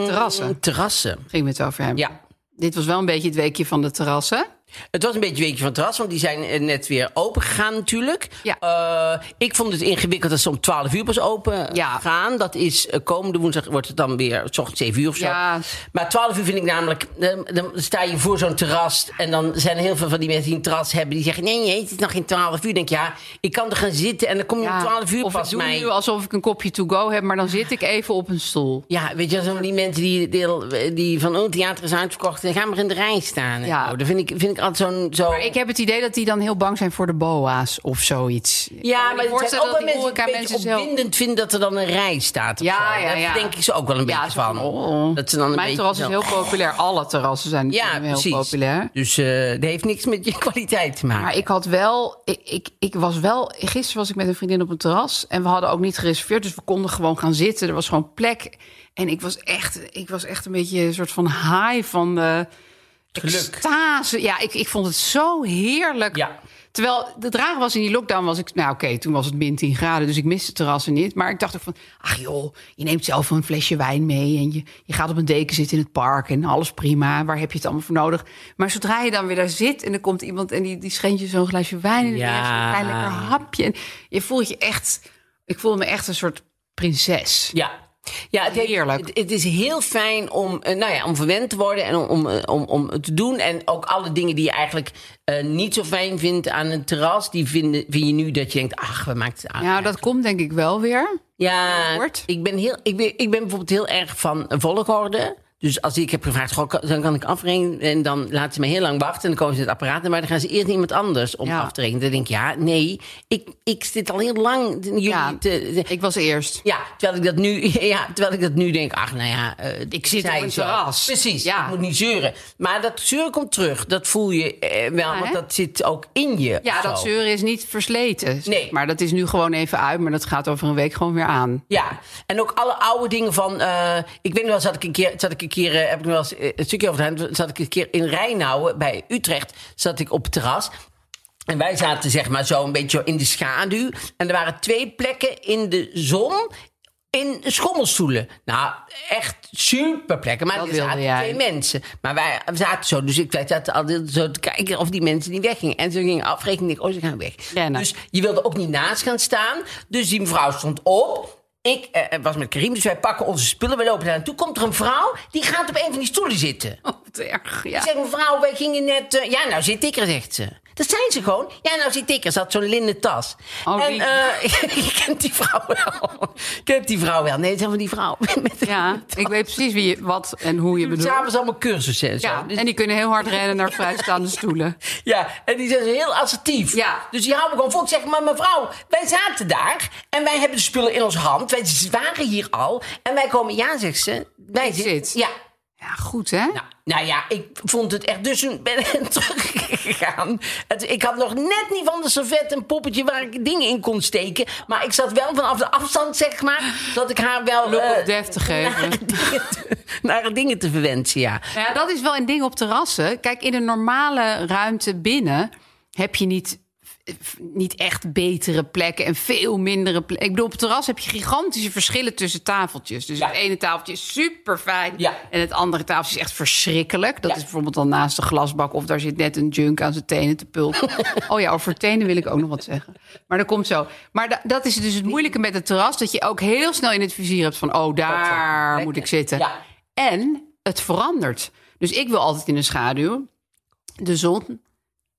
Speaker 4: Terrassen.
Speaker 2: ehm, Terrassen.
Speaker 4: Ging het over hebben.
Speaker 2: Ja.
Speaker 4: Dit was wel een beetje het weekje van de terrassen.
Speaker 2: Het was een beetje een weekje van het terras, want die zijn eh, net weer open gegaan natuurlijk.
Speaker 4: Ja.
Speaker 2: Eh, ik vond het ingewikkeld dat ze om 12 uur pas open eh,
Speaker 4: Ja.
Speaker 2: gaan. Dat is eh, komende woensdag wordt het dan weer, s ochtends 7 uur of zo.
Speaker 4: Ja.
Speaker 2: Maar 12 uur vind ik namelijk, eh, dan sta je voor zo'n terras en dan zijn er heel veel van die mensen die een terras hebben die zeggen, nee, nee, het is nog geen 12 uur. Denk ik, ja, ik kan er gaan zitten en dan kom je om 12 uur
Speaker 4: of
Speaker 2: pas
Speaker 4: ik doe
Speaker 2: mij.
Speaker 4: nu alsof ik een kopje to go heb, maar dan zit ik even op een stoel.
Speaker 2: Ja, weet je, dat zijn van die mensen die, deel, die van, oh, theater is uitverkocht, en gaan maar in de rij staan.
Speaker 4: Ja.
Speaker 2: Ja. Dat vind ik, vind ik altijd zo'n... Zo...
Speaker 4: Maar ik heb het idee dat die dan heel bang zijn voor de boa's of zoiets.
Speaker 2: Ja, maar het zijn
Speaker 4: voorstellen
Speaker 2: ook wel
Speaker 4: dat die
Speaker 2: mensen die een
Speaker 4: horeca
Speaker 2: beetje
Speaker 4: mensen zelf-
Speaker 2: opwindend vinden dat er dan een rij staat. of
Speaker 4: Ja,
Speaker 2: zo.
Speaker 4: ja,
Speaker 2: Daar
Speaker 4: ja.
Speaker 2: denk ik ze ook wel een beetje
Speaker 4: Ja, zo
Speaker 2: van.
Speaker 4: van, oh, oh.
Speaker 2: Dat ze dan een
Speaker 4: Mijn
Speaker 2: beetje
Speaker 4: terras
Speaker 2: zo-
Speaker 4: is heel populair. Alle terrassen zijn
Speaker 2: Ja,
Speaker 4: natuurlijk heel
Speaker 2: precies.
Speaker 4: populair.
Speaker 2: Dus eh, dat heeft niks met je kwaliteit te maken.
Speaker 4: Maar ik had wel, ik, ik, ik was wel, gisteren was ik met een vriendin op een terras en we hadden ook niet gereserveerd, dus we konden gewoon gaan zitten. Er was gewoon plek en ik was echt, ik was echt een beetje een soort van high van eh, de
Speaker 2: geluk.
Speaker 4: extase. Ja, ik, ik vond het zo heerlijk.
Speaker 2: Ja.
Speaker 4: Terwijl de draag was in die lockdown, was ik, nou oké, toen was het min 10 graden, dus ik miste terrassen niet. Maar ik dacht ook van, ach joh, je neemt zelf een flesje wijn mee en je, je gaat op een deken zitten in het park en alles prima. Waar heb je het allemaal voor nodig? Maar zodra je dan weer daar zit en er komt iemand en die, die schenkt je zo'n glaasje wijn en
Speaker 2: Ja.
Speaker 4: ja. een klein lekker hapje. En je voelt je echt, ik voel me echt een soort prinses.
Speaker 2: Ja. Ja, het, heeft-
Speaker 4: Heerlijk.
Speaker 2: Het, het is heel fijn om, eh, nou ja, om verwend te worden en om, om, eh, om, om te doen. En ook alle dingen die je eigenlijk eh, niet zo fijn vindt aan een terras, die vinden, vind je nu dat je denkt, ach, we maken het aan.
Speaker 4: Nou, dat komt denk ik wel weer.
Speaker 2: Ja,
Speaker 4: wordt.
Speaker 2: ik ben, heel, ik, ben, ik ben bijvoorbeeld heel erg van een volgorde. Dus als ik heb gevraagd, goh, kan- dan kan ik afrekenen. En dan laten ze me heel lang wachten. En dan komen ze het apparaat. Maar dan gaan ze eerst naar iemand anders om
Speaker 4: Ja.
Speaker 2: af te rekenen. Dan denk ik, ja, nee, ik, ik zit al heel lang. Jullie
Speaker 4: Ja.
Speaker 2: te- te-
Speaker 4: Ik was eerst.
Speaker 2: ja, terwijl ik dat nu, ja, terwijl ik dat nu denk, ach, nou ja, eh, ik
Speaker 4: zit
Speaker 2: zei
Speaker 4: op een
Speaker 2: zo.
Speaker 4: terras.
Speaker 2: Precies,
Speaker 4: Ja.
Speaker 2: ik moet niet zeuren. Maar dat zeuren komt terug. Dat voel je eh, wel,
Speaker 4: Ja,
Speaker 2: want
Speaker 4: hè?
Speaker 2: dat zit ook in je.
Speaker 4: Ja,
Speaker 2: of
Speaker 4: dat
Speaker 2: zo.
Speaker 4: zeuren is niet versleten. zeg
Speaker 2: Nee.
Speaker 4: Maar dat is nu gewoon even uit, maar dat gaat over een week gewoon weer aan.
Speaker 2: Ja, en ook alle oude dingen van. eh, ik weet nog wel, zat ik een keer. Zat ik een keer eh, heb ik nog wel eens eh, een stukje over gedaan. Zat ik een keer in Rijnauwen bij Utrecht. Zat ik op het terras. En wij zaten zeg maar zo een beetje in de schaduw. En er waren twee plekken in de zon. In schommelstoelen. Nou, echt super plekken. Maar
Speaker 4: Dat
Speaker 2: er zaten
Speaker 4: wilde jij.
Speaker 2: twee mensen. Maar wij zaten zo. Dus ik wij zaten altijd zo te kijken of die mensen niet weggingen. En ze gingen afrekenen. Ik, dacht, oh, ze gaan weg.
Speaker 4: Rennen.
Speaker 2: Dus je wilde ook niet naast gaan staan. Dus die mevrouw stond op. Ik eh, was met Karim, dus wij pakken onze spullen. We lopen daar naartoe. Komt er een vrouw, die gaat op een van die stoelen zitten.
Speaker 4: Oh, wat erg. Ja.
Speaker 2: Ik zeg, mevrouw, wij gingen net... eh, ja, nou zit ik er, zegt ze. Dat zijn ze gewoon. Ja, nou zit ik er. Ze had zo'n linnen tas.
Speaker 4: Oh,
Speaker 2: en
Speaker 4: die-
Speaker 2: eh, je kent die vrouw wel. Je kent die vrouw wel. Nee, het zijn van die vrouw. Met
Speaker 4: Ja, ik weet precies wie je, wat en hoe je bedoelt.
Speaker 2: S'avonds allemaal cursussen en zo.
Speaker 4: Ja,
Speaker 2: Dus-
Speaker 4: en die kunnen heel hard rennen naar vrijstaande stoelen.
Speaker 2: Ja, en die zijn zo heel assertief.
Speaker 4: Ja.
Speaker 2: Dus die houden gewoon vol. Ik zeg, maar mevrouw, wij zaten daar en wij hebben de spullen in onze hand. Wij waren hier al. En wij komen, ja, zegt ze. Wij zitten.
Speaker 4: zit.
Speaker 2: Ja.
Speaker 4: Ja, goed hè?
Speaker 2: Nou, nou ja, ik vond het echt. Dus toen ben ik teruggegaan. Het- Ik had nog net niet van de servet een poppetje waar ik dingen in kon steken. Maar ik zat wel vanaf de afstand, zeg maar, dat ik haar wel.
Speaker 4: Look
Speaker 2: eh,
Speaker 4: of death te
Speaker 2: naar,
Speaker 4: geven.
Speaker 2: dingen te, naar dingen te verwensen, ja.
Speaker 4: Nou ja, dat is wel een ding op terrassen. Kijk, in een normale ruimte binnen heb je niet, f- niet echt betere plekken en veel mindere plekken. Ik bedoel, op het terras heb je gigantische verschillen tussen tafeltjes. Dus
Speaker 2: Ja.
Speaker 4: het ene tafeltje is super fijn
Speaker 2: Ja.
Speaker 4: en het andere tafeltje is echt verschrikkelijk. Dat
Speaker 2: Ja.
Speaker 4: is bijvoorbeeld dan naast de glasbak of daar zit net een junk aan zijn tenen te pulpen. oh ja, over tenen wil ik ook nog wat zeggen. Maar dat komt zo. Maar da- dat is dus het moeilijke met het terras, dat je ook heel snel in het vizier hebt van,
Speaker 2: eh,
Speaker 4: oh, daar moet ik zitten.
Speaker 2: Ja.
Speaker 4: En het verandert. Dus ik wil altijd in de schaduw. De zon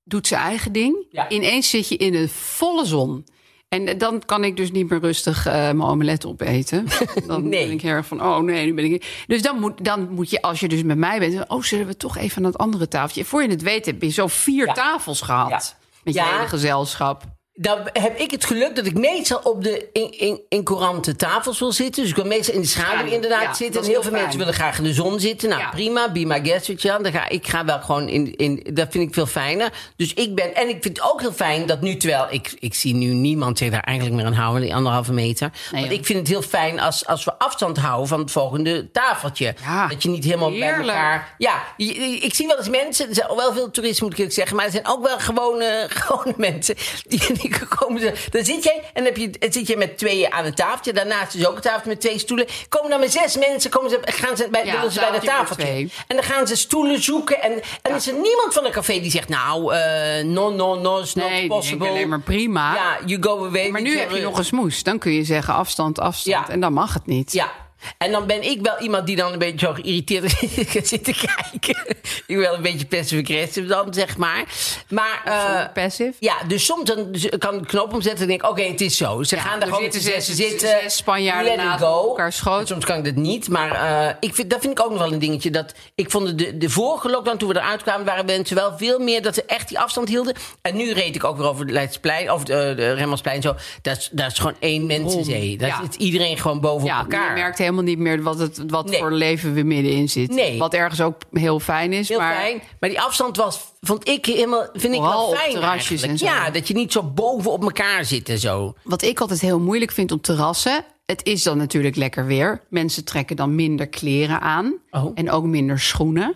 Speaker 4: doet zijn eigen ding.
Speaker 2: Ja.
Speaker 4: Ineens zit je in een volle zon. En dan kan ik dus niet meer rustig eh, mijn omelet opeten. Dan
Speaker 2: Nee.
Speaker 4: ben ik heel erg van, oh nee, nu ben ik... Dus dan moet, dan moet je, als je dus met mij bent... oh, zullen we toch even aan dat andere tafeltje? Voor je het weet heb je zo vier tafels gehad.
Speaker 2: Ja.
Speaker 4: Met
Speaker 2: Ja.
Speaker 4: je hele gezelschap.
Speaker 2: Dan heb ik het geluk dat ik meestal op de in, in, in courante tafels wil zitten. Dus ik wil meestal in de schaduw
Speaker 4: Ja,
Speaker 2: inderdaad
Speaker 4: ja,
Speaker 2: zitten.
Speaker 4: dat
Speaker 2: En
Speaker 4: is
Speaker 2: heel
Speaker 4: heel
Speaker 2: veel
Speaker 4: fijn.
Speaker 2: mensen willen graag in de zon zitten. Nou,
Speaker 4: Ja.
Speaker 2: prima. Be my guest, weet je wel. Dan ga, ik ga wel gewoon in, in... Dat vind ik veel fijner. Dus ik ben... En ik vind het ook heel fijn dat nu, terwijl... Ik, ik zie nu niemand zich daar eigenlijk meer aan houden, die anderhalve meter. want
Speaker 4: joh.
Speaker 2: ik vind het heel fijn als, als we afstand houden van het volgende tafeltje.
Speaker 4: Ja,
Speaker 2: Dat je niet helemaal bij
Speaker 4: heerlijk.
Speaker 2: elkaar... Ja, je- je- ik zie wel eens mensen, er zijn ook wel veel toeristen moet ik eerlijk zeggen, maar er zijn ook wel gewone, gewone mensen die, die komen. ze- Dan zit jij en dan heb je, dan zit je met tweeën aan een tafeltje, daarnaast is ook een tafeltje met twee stoelen. Komen dan met zes mensen, komen ze, gaan ze bij,
Speaker 4: Ja,
Speaker 2: willen ze bij dat
Speaker 4: tafeltje voor
Speaker 2: tafeltje.
Speaker 4: twee.
Speaker 2: En dan gaan ze stoelen zoeken en, en is er niemand van een café die zegt, nou, eh, no, no, no, is not
Speaker 4: Nee, die
Speaker 2: possible.
Speaker 4: denken alleen maar prima.
Speaker 2: Ja, you go away.
Speaker 4: Maar
Speaker 2: with
Speaker 4: nu
Speaker 2: your-
Speaker 4: heb je nog een smoes. Dan kun je zeggen afstand, afstand.
Speaker 2: Ja.
Speaker 4: En dan mag het niet.
Speaker 2: Ja. En dan ben ik wel iemand die dan een beetje zo geïrriteerd zit te kijken. ik ben wel een beetje passive-aggressive dan, zeg maar. Maar eh,
Speaker 4: Zonder passive.
Speaker 2: ja, dus soms dan dus ik kan ik een knoop omzetten en denk ik, oké, het is zo. Ze
Speaker 4: Ja,
Speaker 2: gaan daar
Speaker 4: er
Speaker 2: gewoon met z'n
Speaker 4: zitten
Speaker 2: zessen
Speaker 4: zes-
Speaker 2: zitten.
Speaker 4: zes Spanjaarden
Speaker 2: let it
Speaker 4: naast
Speaker 2: go.
Speaker 4: elkaar schoot.
Speaker 2: En Soms kan ik dat niet, maar eh, ik vind, dat vind ik ook nog wel een dingetje. Dat, ik vond het de, de vorige lockdown, toen we eruit kwamen, waren mensen wel veel meer dat ze echt die afstand hielden. En nu reed ik ook weer over de Leidseplein, of de, de Remmelsplein en zo. Dat is, dat is gewoon één mensenzee. Dat
Speaker 4: Ja.
Speaker 2: zit iedereen gewoon boven
Speaker 4: Ja,
Speaker 2: op elkaar.
Speaker 4: je merkt helemaal niet meer wat, het, wat
Speaker 2: Nee.
Speaker 4: voor leven we middenin zitten.
Speaker 2: Nee.
Speaker 4: Wat ergens ook heel fijn is.
Speaker 2: Heel
Speaker 4: maar
Speaker 2: fijn. Maar die afstand was, vond ik helemaal, vind ik
Speaker 4: Vooral
Speaker 2: wel
Speaker 4: op
Speaker 2: fijn
Speaker 4: terrasjes
Speaker 2: eigenlijk.
Speaker 4: en zo.
Speaker 2: Ja, dat je niet zo boven op elkaar zit en zo.
Speaker 4: wat ik altijd heel moeilijk vind op terrassen... het is dan natuurlijk lekker weer. Mensen trekken dan minder kleren aan.
Speaker 2: Oh.
Speaker 4: En ook minder schoenen.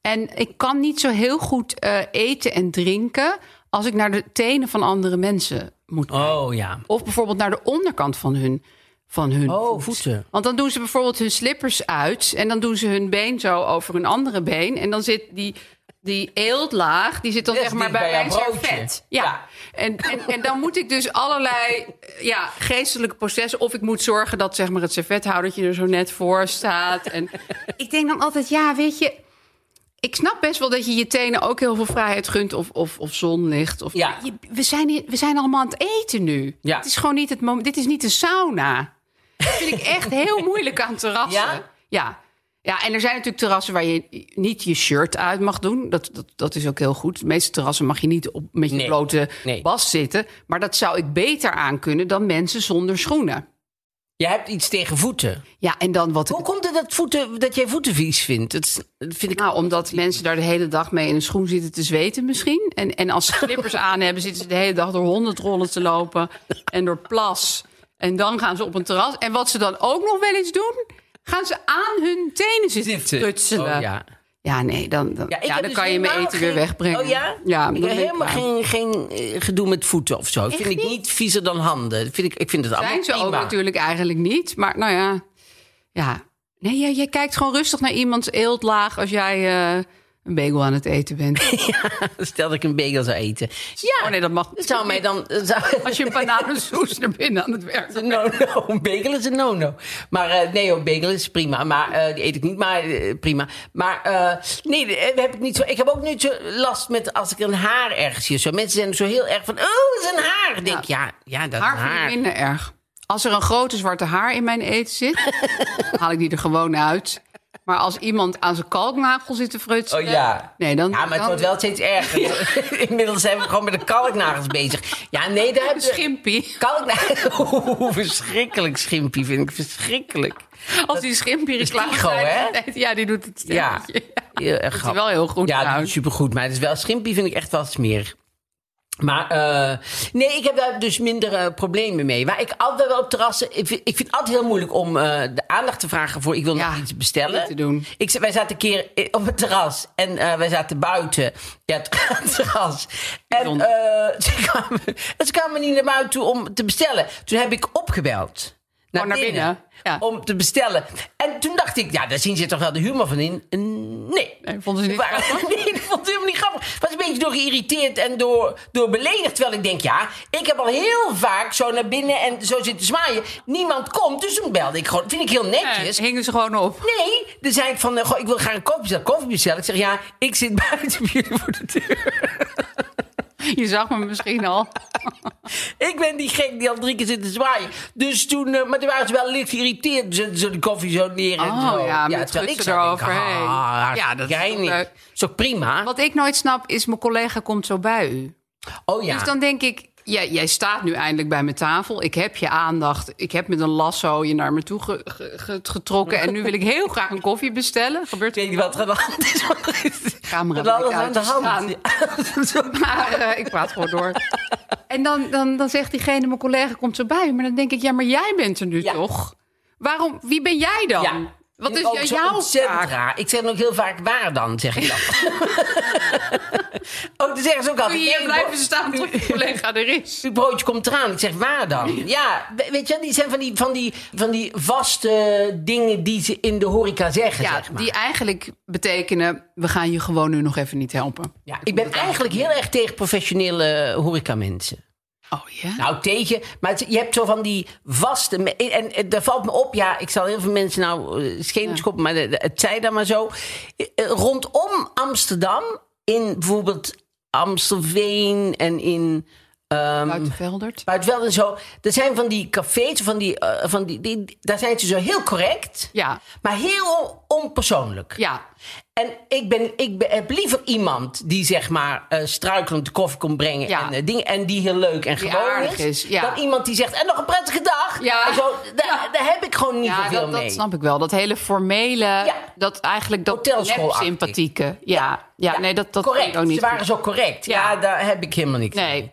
Speaker 4: En ik kan niet zo heel goed eh, eten en drinken... als ik naar de tenen van andere mensen moet kijken.
Speaker 2: Oh ja.
Speaker 4: Of bijvoorbeeld naar de onderkant van hun, van hun
Speaker 2: Oh,
Speaker 4: voet.
Speaker 2: voeten.
Speaker 4: Want dan doen ze bijvoorbeeld hun slippers uit. En dan doen ze hun been zo over hun andere been. En dan zit die, die eeltlaag, die zit dan
Speaker 2: Net
Speaker 4: zeg maar
Speaker 2: dicht bij
Speaker 4: bij, mijn
Speaker 2: jouw broodje.
Speaker 4: servet. Ja.
Speaker 2: Ja.
Speaker 4: En, en, en dan moet ik dus allerlei ja, geestelijke processen... of ik moet zorgen dat zeg maar, het servethoudertje er zo net voor staat. En ik denk dan altijd, ja, weet je... Ik snap best wel dat je je tenen ook heel veel vrijheid gunt of, of, of zonlicht. Of,
Speaker 2: Ja.
Speaker 4: Je- we, zijn hier, we zijn allemaal aan het eten nu.
Speaker 2: Ja.
Speaker 4: Het is gewoon niet het moment. Dit is niet een sauna. Dat vind ik echt heel moeilijk aan terrassen.
Speaker 2: Ja?
Speaker 4: ja. Ja, en er zijn natuurlijk terrassen waar je niet je shirt uit mag doen. Dat, dat, dat is ook heel goed. De meeste terrassen mag je niet op, met je
Speaker 2: Nee.
Speaker 4: blote
Speaker 2: Nee.
Speaker 4: bas zitten. Maar dat zou ik beter aankunnen dan mensen zonder schoenen.
Speaker 2: Je hebt iets tegen voeten.
Speaker 4: Ja, en dan wat ik
Speaker 2: Hoe komt het dat, voeten, dat jij voeten vies vindt? Dat, is- dat vind ik
Speaker 4: Nou, omdat mensen daar de hele dag mee in een schoen zitten te zweten misschien. En, en als ze slippers aan hebben, zitten ze de hele dag door hondendrollen te lopen. En door plas. En dan gaan ze op een terras. En wat ze dan ook nog wel eens doen, gaan ze aan hun tenen zitten
Speaker 2: Zitten.
Speaker 4: prutselen.
Speaker 2: Oh,
Speaker 4: ja.
Speaker 2: ja.
Speaker 4: nee, dan, dan, ja,
Speaker 2: ik heb
Speaker 4: dan
Speaker 2: dus
Speaker 4: kan je mijn
Speaker 2: helemaal
Speaker 4: eten weer
Speaker 2: geen-
Speaker 4: wegbrengen.
Speaker 2: Oh ja?
Speaker 4: Ja,
Speaker 2: ik heb
Speaker 4: dan ben ik
Speaker 2: helemaal geen,
Speaker 4: klaar.
Speaker 2: geen eh, gedoe met voeten of zo. Dat vind ik
Speaker 4: niet?
Speaker 2: niet viezer dan handen. Dat Vind ik, ik vind het allemaal
Speaker 4: Zijn ze ook
Speaker 2: prima.
Speaker 4: natuurlijk eigenlijk niet. Maar nou ja, ja. Nee, jij, jij kijkt gewoon rustig naar iemands eeltlaag als jij eh, een bagel aan het eten bent.
Speaker 2: Stel dat ik een bagel zou eten. Ja,
Speaker 4: Oh nee, dat mag
Speaker 2: dat zou mij dan... dat Zou,
Speaker 4: Als je een bananensoes naar binnen aan het werk bent.
Speaker 2: No, no. Een bagel is een no-no. Maar eh, nee, een bagel is prima. Maar eh, die eet ik niet, maar eh, prima. Maar eh, nee, eh, heb ik, niet zo, ik heb ook niet zo last met als ik een haar ergens zie. of Zo. Mensen zijn zo heel erg van, oh, dat is een haar. Ik denk, ja, ja, dat
Speaker 4: Haar
Speaker 2: is een
Speaker 4: vind ik
Speaker 2: haar.
Speaker 4: minder erg. Als er een grote zwarte haar in mijn eten zit, haal ik die er gewoon uit. Maar als iemand aan zijn kalknagel zit te frutselen...
Speaker 2: Oh, ja.
Speaker 4: Nee, dan...
Speaker 2: Ja, maar het
Speaker 4: dan-
Speaker 2: wordt wel steeds erger. Inmiddels zijn we gewoon met de kalknagels bezig. Ja, nee, daar
Speaker 4: Een
Speaker 2: hebben we...
Speaker 4: Schimpie.
Speaker 2: Kalknagels... Oeh, verschrikkelijk, schimpie vind ik verschrikkelijk.
Speaker 4: Als die schimpie reclame
Speaker 2: Tycho, hè?
Speaker 4: tijd- Ja, die doet het
Speaker 2: Ja.
Speaker 4: stemmetje.
Speaker 2: Heel erg
Speaker 4: Dat is
Speaker 2: grappig.
Speaker 4: wel heel goed
Speaker 2: Ja, dat
Speaker 4: trouwens.
Speaker 2: is supergoed. Maar het is wel schimpie, vind ik echt wel smerig. Maar eh, nee, ik heb daar dus minder eh, problemen mee. Maar ik altijd wel op terrassen. Ik vind, ik vind het altijd heel moeilijk om eh, de aandacht te vragen voor. Ik wil
Speaker 4: Ja,
Speaker 2: nog iets bestellen.
Speaker 4: niet te doen.
Speaker 2: Ik, zei- wij zaten een keer i- op het terras en eh, wij zaten buiten. Ja, het, het terras. En
Speaker 4: Bijzonder.
Speaker 2: eh, ze, kwamen, en ze kwamen niet naar buiten toe om te bestellen. Toen heb ik opgebeld. Naar,
Speaker 4: Oh, naar binnen. Ja.
Speaker 2: Om te bestellen. En toen dacht ik, ja, daar zien ze toch wel de humor van in. Nee.
Speaker 4: Nee, vonden ze niet
Speaker 2: Waar-
Speaker 4: grappig?
Speaker 2: Nee, dat vond ik helemaal niet grappig. Ik was een beetje door geïrriteerd en door, door beledigd. Terwijl ik denk, ja, ik heb al heel vaak zo naar binnen en zo zitten zwaaien. Niemand komt, dus toen belde ik gewoon. Vind ik heel netjes.
Speaker 4: Eh, Hingen ze gewoon op.
Speaker 2: Nee, dan zei ik van, eh, goh, ik wil graag een koffie bestellen. Koffie bestellen. Ik zeg, ja, ik zit buiten bij jullie voor de deur.
Speaker 4: Je zag me misschien al.
Speaker 2: Ik ben die gek die al drie keer zit te zwaaien. Dus toen, eh, maar toen waren ze wel licht geïrriteerd. Zetten ze de koffie zo neer en
Speaker 4: Oh,
Speaker 2: zo.
Speaker 4: ja, met
Speaker 2: terwijl ik
Speaker 4: gutsen
Speaker 2: zou denken,
Speaker 4: eroverheen.
Speaker 2: ah,
Speaker 4: Ja, dat is ook
Speaker 2: geinig.
Speaker 4: leuk.
Speaker 2: Is ook prima.
Speaker 4: Wat ik nooit snap, is mijn collega komt zo bij u.
Speaker 2: Oh ja.
Speaker 4: Dus dan denk ik, jij, jij staat nu eindelijk bij mijn tafel. Ik heb je aandacht. Ik heb met een lasso je naar me toe ge- ge- ge- getrokken. En nu wil ik heel graag een koffie bestellen. Gebeurt
Speaker 2: Ik weet niet wat er aan de hand is. want er is
Speaker 4: Camera
Speaker 2: van alles
Speaker 4: moet ik
Speaker 2: aan de hand. Ja.
Speaker 4: Maar eh, ik praat gewoon door. En dan, dan, dan zegt diegene, mijn collega komt erbij. Maar dan denk ik, ja, maar jij bent er nu
Speaker 2: Ja.
Speaker 4: toch? Waarom, wie ben jij dan?
Speaker 2: Ja.
Speaker 4: Oh. Wat is
Speaker 2: Ook
Speaker 4: jou-
Speaker 2: zo
Speaker 4: jouw
Speaker 2: ontzettend
Speaker 4: taak?
Speaker 2: raar. Ik zeg nog heel vaak waar dan, zeg ik dan. ook dan zeggen ze ook
Speaker 4: Kun
Speaker 2: altijd...
Speaker 4: je hier
Speaker 2: "Hey,
Speaker 4: blijven
Speaker 2: bro-
Speaker 4: staan tot je collega er is?
Speaker 2: Het broodje komt eraan. Ik zeg, waar dan? Ja, we- weet je, wel, die zijn van die, van die, van die vaste dingen die ze in de horeca zeggen,
Speaker 4: Ja,
Speaker 2: zeg maar.
Speaker 4: die eigenlijk betekenen, we gaan je gewoon nu nog even niet helpen.
Speaker 2: Ja, ik ben eigenlijk heel erg tegen professionele horecamensen.
Speaker 4: Oh ja?
Speaker 2: Nou, tegen. Maar het- je hebt zo van die vaste. me- En, en, daar valt me op, ja, ik zal heel veel mensen nou eh, schenen schoppen, maar de- de- het zij dan maar zo. Eh, eh, Rondom Amsterdam, in bijvoorbeeld Amstelveen en in. ehm,
Speaker 4: Buiten Veldert.
Speaker 2: Buitenveld en zo. Er zijn van die cafés, van die, eh, van die, die- daar zijn ze zo heel correct,
Speaker 4: Ja,
Speaker 2: maar heel on- onpersoonlijk.
Speaker 4: ja.
Speaker 2: En ik, ben, ik ben, heb liever iemand die zeg maar eh, struikelend de koffie komt brengen
Speaker 4: Ja.
Speaker 2: en eh, dingen. En die heel leuk en
Speaker 4: Die
Speaker 2: gewoon
Speaker 4: aardig
Speaker 2: is.
Speaker 4: is, ja.
Speaker 2: Dan iemand die zegt, en nog een prettige dag.
Speaker 4: Ja.
Speaker 2: En zo, daar, daar heb ik gewoon niet
Speaker 4: ja
Speaker 2: zoveel
Speaker 4: dat,
Speaker 2: mee.
Speaker 4: dat snap ik wel. Dat hele formele, dat eigenlijk dat
Speaker 2: Hotelschoolachtig.
Speaker 4: sympathieke. Ja, ja, nee, dat, dat vind ik
Speaker 2: correct,
Speaker 4: ook niet
Speaker 2: ze waren
Speaker 4: goed.
Speaker 2: zo correct. Ja.
Speaker 4: Ja.
Speaker 2: daar heb ik helemaal niks
Speaker 4: Nee.
Speaker 2: mee.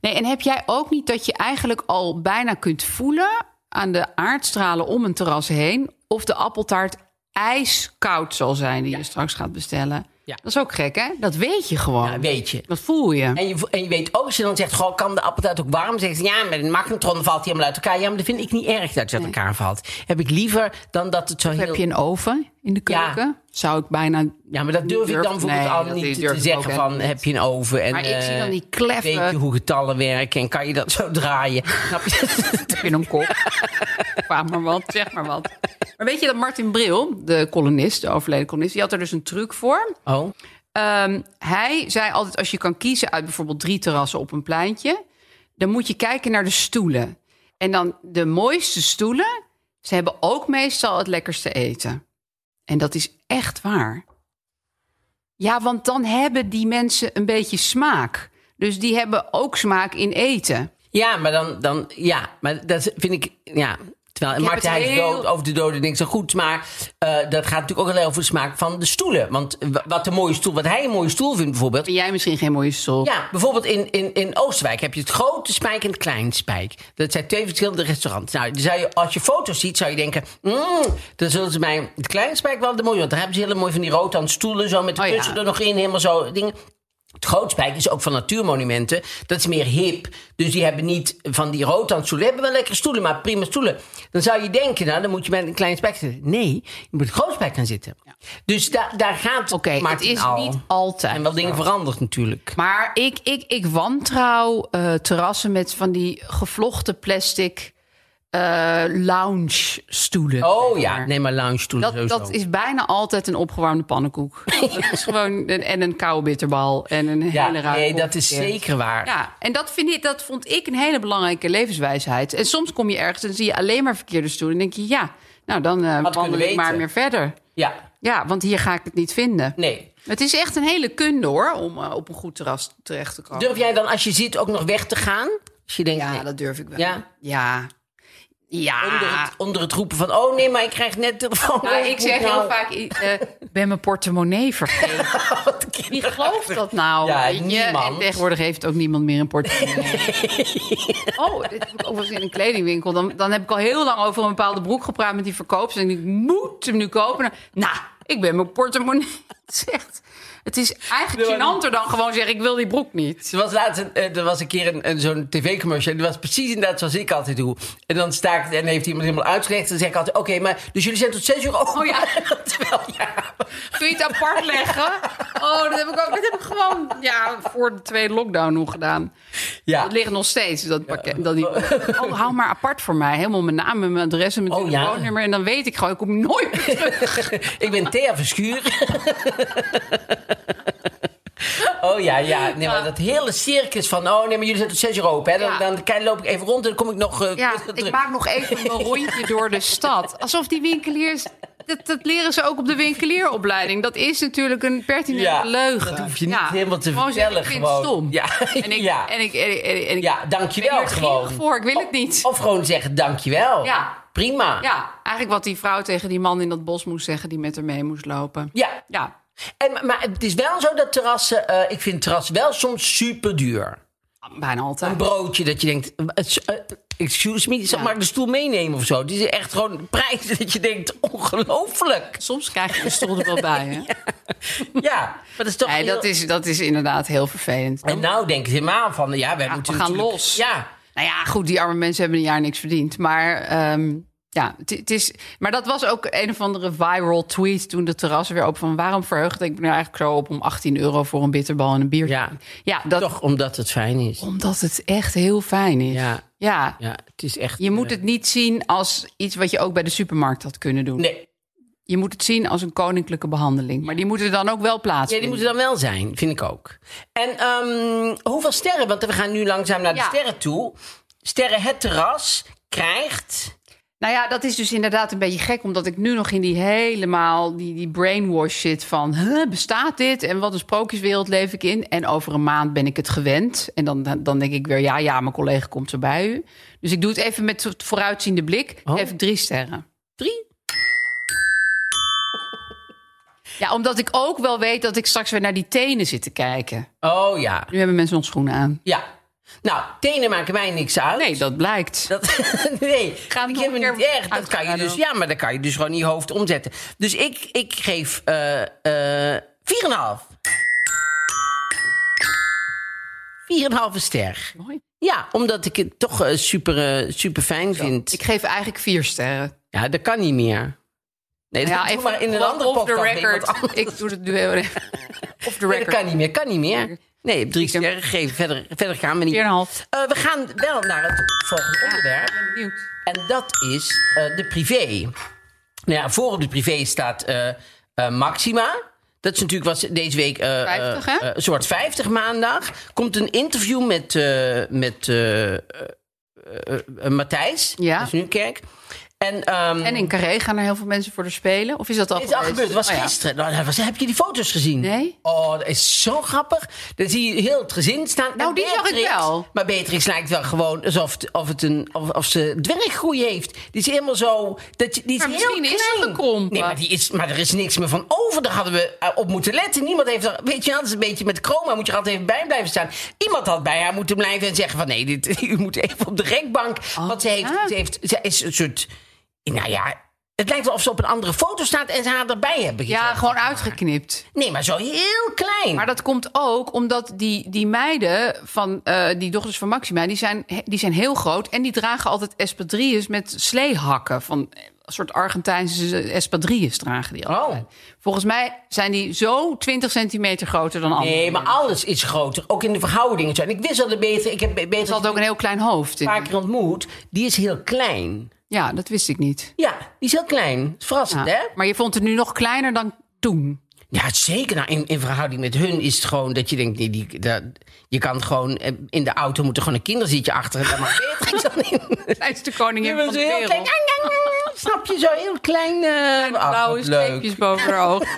Speaker 4: nee. En heb jij ook niet dat je eigenlijk al bijna kunt voelen aan de aardstralen om een terras heen of de appeltaart ijskoud zal zijn die je straks gaat bestellen?
Speaker 2: Ja.
Speaker 4: Dat is ook gek, hè? Dat weet je gewoon.
Speaker 2: Ja, weet je.
Speaker 4: Dat voel je.
Speaker 2: En je, vo- en je weet ook, als je dan zegt, goh, kan de appeltaart ook warm? Zeggen ze, ja, met een magnetron valt hij helemaal uit elkaar. Ja, maar dat vind ik niet erg dat het uit elkaar valt. Heb ik liever dan dat het zo heel...
Speaker 4: Heb je een oven in de
Speaker 2: Ja.
Speaker 4: keuken? Zou ik bijna.
Speaker 2: Ja, maar dat durf ik
Speaker 4: Durf-
Speaker 2: dan bijvoorbeeld
Speaker 4: nee,
Speaker 2: al
Speaker 4: dat
Speaker 2: niet
Speaker 4: durf
Speaker 2: te
Speaker 4: ik
Speaker 2: zeggen
Speaker 4: ook
Speaker 2: van
Speaker 4: helemaal
Speaker 2: heb je een oven en
Speaker 4: Maar ik zie dan die
Speaker 2: eh,
Speaker 4: kleffe-
Speaker 2: weet je hoe getallen werken en kan je dat zo draaien? Snap je?
Speaker 4: Heb je een kop? Vraag maar wat, zeg maar wat. Maar weet je dat Martin Bril, de columnist, de overleden columnist, die had er dus een truc voor.
Speaker 2: Oh,
Speaker 4: Ehm, hij zei altijd: als je kan kiezen uit bijvoorbeeld drie terrassen op een pleintje, dan moet je kijken naar de stoelen. En dan de mooiste stoelen, ze hebben ook meestal het lekkerste eten. En dat is echt waar. Ja, want dan hebben die mensen een beetje smaak. Dus die hebben ook smaak in eten.
Speaker 2: ja, maar dan, dan ja, maar dat vind ik ja. Terwijl
Speaker 4: heb
Speaker 2: Martijn
Speaker 4: het
Speaker 2: is
Speaker 4: heel-
Speaker 2: dood over de doden niks zo goed, maar eh, dat gaat natuurlijk ook heel erg over de smaak van de stoelen. Want w- wat een mooie stoel, wat hij een mooie stoel vindt bijvoorbeeld.
Speaker 4: Vind jij misschien geen mooie stoel?
Speaker 2: Ja, bijvoorbeeld in, in, in Oosterwijk heb je het grote spijk en het kleine spijk. Dat zijn twee verschillende restaurants. Nou, dan zou je, als je foto's ziet, zou je denken... "Mm, dan zullen ze mij het kleine spijk wel de mooie... want daar hebben ze hele mooi van die rotan stoelen... zo met de
Speaker 4: Oh ja.
Speaker 2: kussen er nog in, helemaal zo dingen... Het Grootspijk is ook van natuurmonumenten. Dat is meer hip. Dus die hebben niet van die rotanstoelen. Die hebben wel lekkere stoelen, maar prima stoelen. Dan zou je denken, nou, dan moet je met een klein spijk zitten. Nee, je moet in het Grootspijk gaan zitten. Dus da- daar gaat
Speaker 4: Oké, het
Speaker 2: Martin
Speaker 4: is
Speaker 2: al.
Speaker 4: niet altijd.
Speaker 2: En wel dingen veranderd natuurlijk.
Speaker 4: Maar ik, ik, ik wantrouw eh, terrassen met van die gevlochten plastic eh lounge stoelen.
Speaker 2: Oh ja, nee, maar lounge stoelen
Speaker 4: Dat,
Speaker 2: sowieso.
Speaker 4: dat is bijna altijd een opgewarmde pannenkoek. Dat is gewoon een, en een koude bitterbal en een
Speaker 2: ja,
Speaker 4: hele rare
Speaker 2: nee, dat is
Speaker 4: koffie.
Speaker 2: zeker waar.
Speaker 4: Ja, en dat, vind ik, dat vond ik een hele belangrijke levenswijsheid. En soms kom je ergens en zie je alleen maar verkeerde stoelen. En denk je, ja, nou dan eh
Speaker 2: kunnen
Speaker 4: wandel ik maar
Speaker 2: weten.
Speaker 4: meer verder.
Speaker 2: Ja,
Speaker 4: Ja, want hier ga ik het niet vinden.
Speaker 2: nee.
Speaker 4: Het is echt een hele kunde hoor, om eh, op een goed terras terecht te komen.
Speaker 2: Durf jij dan als je zit ook nog weg te gaan? Als je denkt,
Speaker 4: Ja,
Speaker 2: nee,
Speaker 4: dat durf ik wel.
Speaker 2: Ja?
Speaker 4: Ja. Ja.
Speaker 2: onder, het, onder het roepen van, oh nee, maar ik krijg net telefoon.
Speaker 4: Nou,
Speaker 2: Oh,
Speaker 4: ik
Speaker 2: moet
Speaker 4: zeg
Speaker 2: nou-
Speaker 4: heel vaak, ik eh, ben mijn portemonnee vergeten.
Speaker 2: Wat kind-
Speaker 4: Wie gelooft dat nou?
Speaker 2: Ja,
Speaker 4: weet je?
Speaker 2: niemand.
Speaker 4: En tegenwoordig heeft ook niemand meer een portemonnee. Oh, dit heb ik ook wel eens in een kledingwinkel. Dan, dan heb ik al heel lang over een bepaalde broek gepraat met die verkoopster. En ik moet hem nu kopen. Nou, nou, ik ben mijn portemonnee. Het is echt- Het is eigenlijk gênanter dan gewoon zeggen, ik wil die broek niet.
Speaker 2: Er was laatst een, eh, er was een keer een, een, zo'n tv-commercial. en Die was precies inderdaad zoals ik altijd doe. En dan sta ik en heeft iemand helemaal uitgelegd. En dan zeg ik altijd, oké, maar dus jullie zijn tot zes uur open.
Speaker 4: Oh ja.
Speaker 2: Terwijl, ja.
Speaker 4: Kun je het apart leggen? Oh, dat heb ik ook. Dat heb ik gewoon ja, voor de tweede lockdown nog gedaan.
Speaker 2: ja.
Speaker 4: Dat ligt nog steeds, dat pakket. Dat die, oh, hou maar apart voor mij. Helemaal mijn naam en mijn adres en mijn
Speaker 2: Oh, ja.
Speaker 4: telefoonnummer. En dan weet ik gewoon, ik kom nooit meer terug.
Speaker 2: Ik ben Thea Verschuur. Oh ja, ja. Nee, maar dat hele circus van... Oh nee, maar jullie zijn tot zes uur open. Hè? Dan,
Speaker 4: Ja.
Speaker 2: dan kei- loop ik even rond en dan kom ik nog... eh,
Speaker 4: Ja,
Speaker 2: terug.
Speaker 4: ik maak nog even een rondje door de stad. Alsof die winkeliers dat, dat leren ze ook op de winkelieropleiding. Dat is natuurlijk een pertinente
Speaker 2: Ja,
Speaker 4: leugen.
Speaker 2: dat hoef je niet
Speaker 4: Ja,
Speaker 2: helemaal te
Speaker 4: gewoon zeggen,
Speaker 2: vertellen.
Speaker 4: Ik vind
Speaker 2: gewoon.
Speaker 4: het stom.
Speaker 2: Ja,
Speaker 4: En ik,
Speaker 2: ja.
Speaker 4: en ik, en ik, en ik- en ik
Speaker 2: ja
Speaker 4: ben
Speaker 2: dankjewel
Speaker 4: er
Speaker 2: gewoon. Oh,
Speaker 4: gierig voor. Ik wil het niet.
Speaker 2: Of gewoon zeggen dankjewel.
Speaker 4: Ja.
Speaker 2: Prima.
Speaker 4: Ja, eigenlijk wat die vrouw tegen die man in dat bos moest zeggen... die met haar mee moest lopen.
Speaker 2: Ja.
Speaker 4: Ja,
Speaker 2: En, maar het is wel zo dat terrassen... eh, ik vind terras wel soms super duur.
Speaker 4: bijna
Speaker 2: Een
Speaker 4: altijd.
Speaker 2: broodje dat je denkt... eh, eh, excuse me, zal
Speaker 4: Ja.
Speaker 2: maar de stoel meenemen of zo. Het is echt gewoon prijzen dat je denkt, ongelooflijk.
Speaker 4: Soms krijg je de stoel er wel bij, hè?
Speaker 2: Ja, maar dat is toch...
Speaker 4: Nee,
Speaker 2: heel-
Speaker 4: dat is, dat is inderdaad heel vervelend.
Speaker 2: En nou denken ze helemaal van, ja, wij
Speaker 4: Ja,
Speaker 2: moeten
Speaker 4: we gaan
Speaker 2: natuurlijk-
Speaker 4: los.
Speaker 2: Ja,
Speaker 4: Nou ja, goed, die arme mensen hebben een jaar niks verdiend. Maar ehm, ja, het- het is. Maar dat was ook een of andere viral tweet toen de terrassen weer open van waarom verheugde ik me nou eigenlijk zo op om 18 euro voor een bitterbal en een biertje.
Speaker 2: Ja.
Speaker 4: ja dat
Speaker 2: toch omdat het fijn is.
Speaker 4: omdat het echt heel fijn is.
Speaker 2: Ja.
Speaker 4: ja.
Speaker 2: Ja, het is echt...
Speaker 4: Je moet
Speaker 2: eh,
Speaker 4: het niet zien als iets wat je ook bij de supermarkt had kunnen doen.
Speaker 2: Nee,
Speaker 4: Je moet het zien als een koninklijke behandeling. Maar die moeten dan ook wel
Speaker 2: ja,
Speaker 4: plaatsvinden.
Speaker 2: die moeten dan wel zijn, vind ik ook. En ehm, hoeveel sterren? Want we gaan nu langzaam naar de
Speaker 4: Ja.
Speaker 2: sterren toe. Sterren het terras krijgt...
Speaker 4: Nou ja, dat is dus inderdaad een beetje gek, omdat ik nu nog in die helemaal die, die brainwash zit van huh, bestaat dit en wat een sprookjeswereld leef ik in? En over een maand ben ik het gewend en dan, dan, dan denk ik weer ja, ja, mijn collega komt zo bij u. Dus ik doe het even met soort vooruitziende blik.
Speaker 2: Oh.
Speaker 4: Geef ik drie sterren.
Speaker 2: Drie?
Speaker 4: Ja, omdat ik ook wel weet dat ik straks weer naar die tenen zit te kijken.
Speaker 2: Oh ja,
Speaker 4: Nu hebben mensen ons schoenen aan.
Speaker 2: ja. Nou, tenen maken mij niks uit.
Speaker 4: Nee, dat blijkt.
Speaker 2: Dat, nee,
Speaker 4: hem
Speaker 2: ik
Speaker 4: nog
Speaker 2: heb me
Speaker 4: een keer
Speaker 2: niet erg. Dat kan je
Speaker 4: uitgaan,
Speaker 2: dus,
Speaker 4: hoor.
Speaker 2: ja, maar dan kan je dus gewoon in je hoofd omzetten. Dus ik, ik geef eh eh 4,5. 4,5 ster.
Speaker 4: Mooi.
Speaker 2: Ja, omdat ik het toch eh, super, eh, super fijn vind.
Speaker 4: Ik geef eigenlijk vier sterren.
Speaker 2: Ja, dat kan niet meer. Nee, dat
Speaker 4: Ja,
Speaker 2: kan
Speaker 4: even
Speaker 2: maar in een
Speaker 4: off-
Speaker 2: andere
Speaker 4: off the
Speaker 2: podcast. bij iemand
Speaker 4: record.
Speaker 2: anders.
Speaker 4: Ik doe het nu heel even. Off the
Speaker 2: Nee, dat
Speaker 4: record.
Speaker 2: kan niet meer, kan niet meer. Nee, drie sterren geven. Verder, verder gaan we niet.
Speaker 4: 4,5.
Speaker 2: Eh, we gaan wel naar het volgende onderwerp.
Speaker 4: Ik ben benieuwd.
Speaker 2: En dat is eh, de privé. Nou ja, voor op de privé staat eh, eh, Maxima. Dat is natuurlijk was deze week eh,
Speaker 4: 50,
Speaker 2: eh,
Speaker 4: hè?
Speaker 2: eh, soort 50 maandag. Komt een interview met, eh, met eh, eh, eh, eh, Matthijs,
Speaker 4: Ja.
Speaker 2: dat is nu kerk. En, ehm
Speaker 4: En in Carré gaan er heel veel mensen voor de spelen? Of is dat al
Speaker 2: dit is al
Speaker 4: geweest?
Speaker 2: gebeurd. Het was
Speaker 4: Oh ja.
Speaker 2: gisteren. Nou, dat was- heb je die foto's gezien?
Speaker 4: Nee.
Speaker 2: Oh, dat is zo grappig. Dan zie je heel het gezin staan.
Speaker 4: Nou,
Speaker 2: En
Speaker 4: die zag ik wel.
Speaker 2: Maar Beatrix lijkt wel gewoon alsof het, of het een, of, of ze dwerggroei heeft. Die is helemaal zo... Dat, je- die is
Speaker 4: Maar
Speaker 2: heel
Speaker 4: misschien
Speaker 2: klein.
Speaker 4: is ze gekrompen.
Speaker 2: Nee, maar, die is, maar er is niks meer van over. Daar hadden we eh, op moeten letten. Niemand heeft er... Weet je, dat is een beetje met chroma. Moet je er altijd even bij blijven staan. Iemand had bij haar moeten blijven en zeggen van... Nee, dit, u moet even op de rekbank. want ze, heeft,
Speaker 4: Oh, ja.
Speaker 2: ze, heeft, ze is een soort... Nou ja, het lijkt wel of ze op een andere foto staat en ze haar erbij hebben gezet.
Speaker 4: Ja, gewoon uitgeknipt.
Speaker 2: Nee, maar zo heel klein.
Speaker 4: Maar dat komt ook omdat die, die meiden van eh, die dochters van Maxima, die zijn, die zijn heel groot. En die dragen altijd espadrilles met sleehakken. Van eh, een soort Argentijnse espadrilles dragen die altijd.
Speaker 2: Oh.
Speaker 4: Volgens mij zijn die zo 20 centimeter groter dan anderen.
Speaker 2: Nee, maar alles is groter. Ook in de verhoudingen. En ik wist al de beter. Ik heb
Speaker 4: Ze
Speaker 2: beter
Speaker 4: had ook een heel klein hoofd.
Speaker 2: een
Speaker 4: In.
Speaker 2: paar keer ontmoet. Die is heel klein.
Speaker 4: Ja, dat wist ik niet.
Speaker 2: Ja, die is heel klein. Is
Speaker 4: Ja.
Speaker 2: Verrassend, hè?
Speaker 4: Maar je vond het nu nog kleiner dan toen.
Speaker 2: Ja, zeker. Nou, in, in verhouding met hun is het gewoon dat je denkt... Nee, die, dat, je kan gewoon... eh, In de auto moet er gewoon een kinderzietje achter. En daar mag Beatrix dan in.
Speaker 4: Kleinste koningin
Speaker 2: Je
Speaker 4: van
Speaker 2: bent zo
Speaker 4: de
Speaker 2: heel
Speaker 4: wereld.
Speaker 2: klein. Snap je? Zo heel klein. eh
Speaker 4: En
Speaker 2: ach,
Speaker 4: blauwe
Speaker 2: wat leuk.
Speaker 4: streepjes boven haar oog.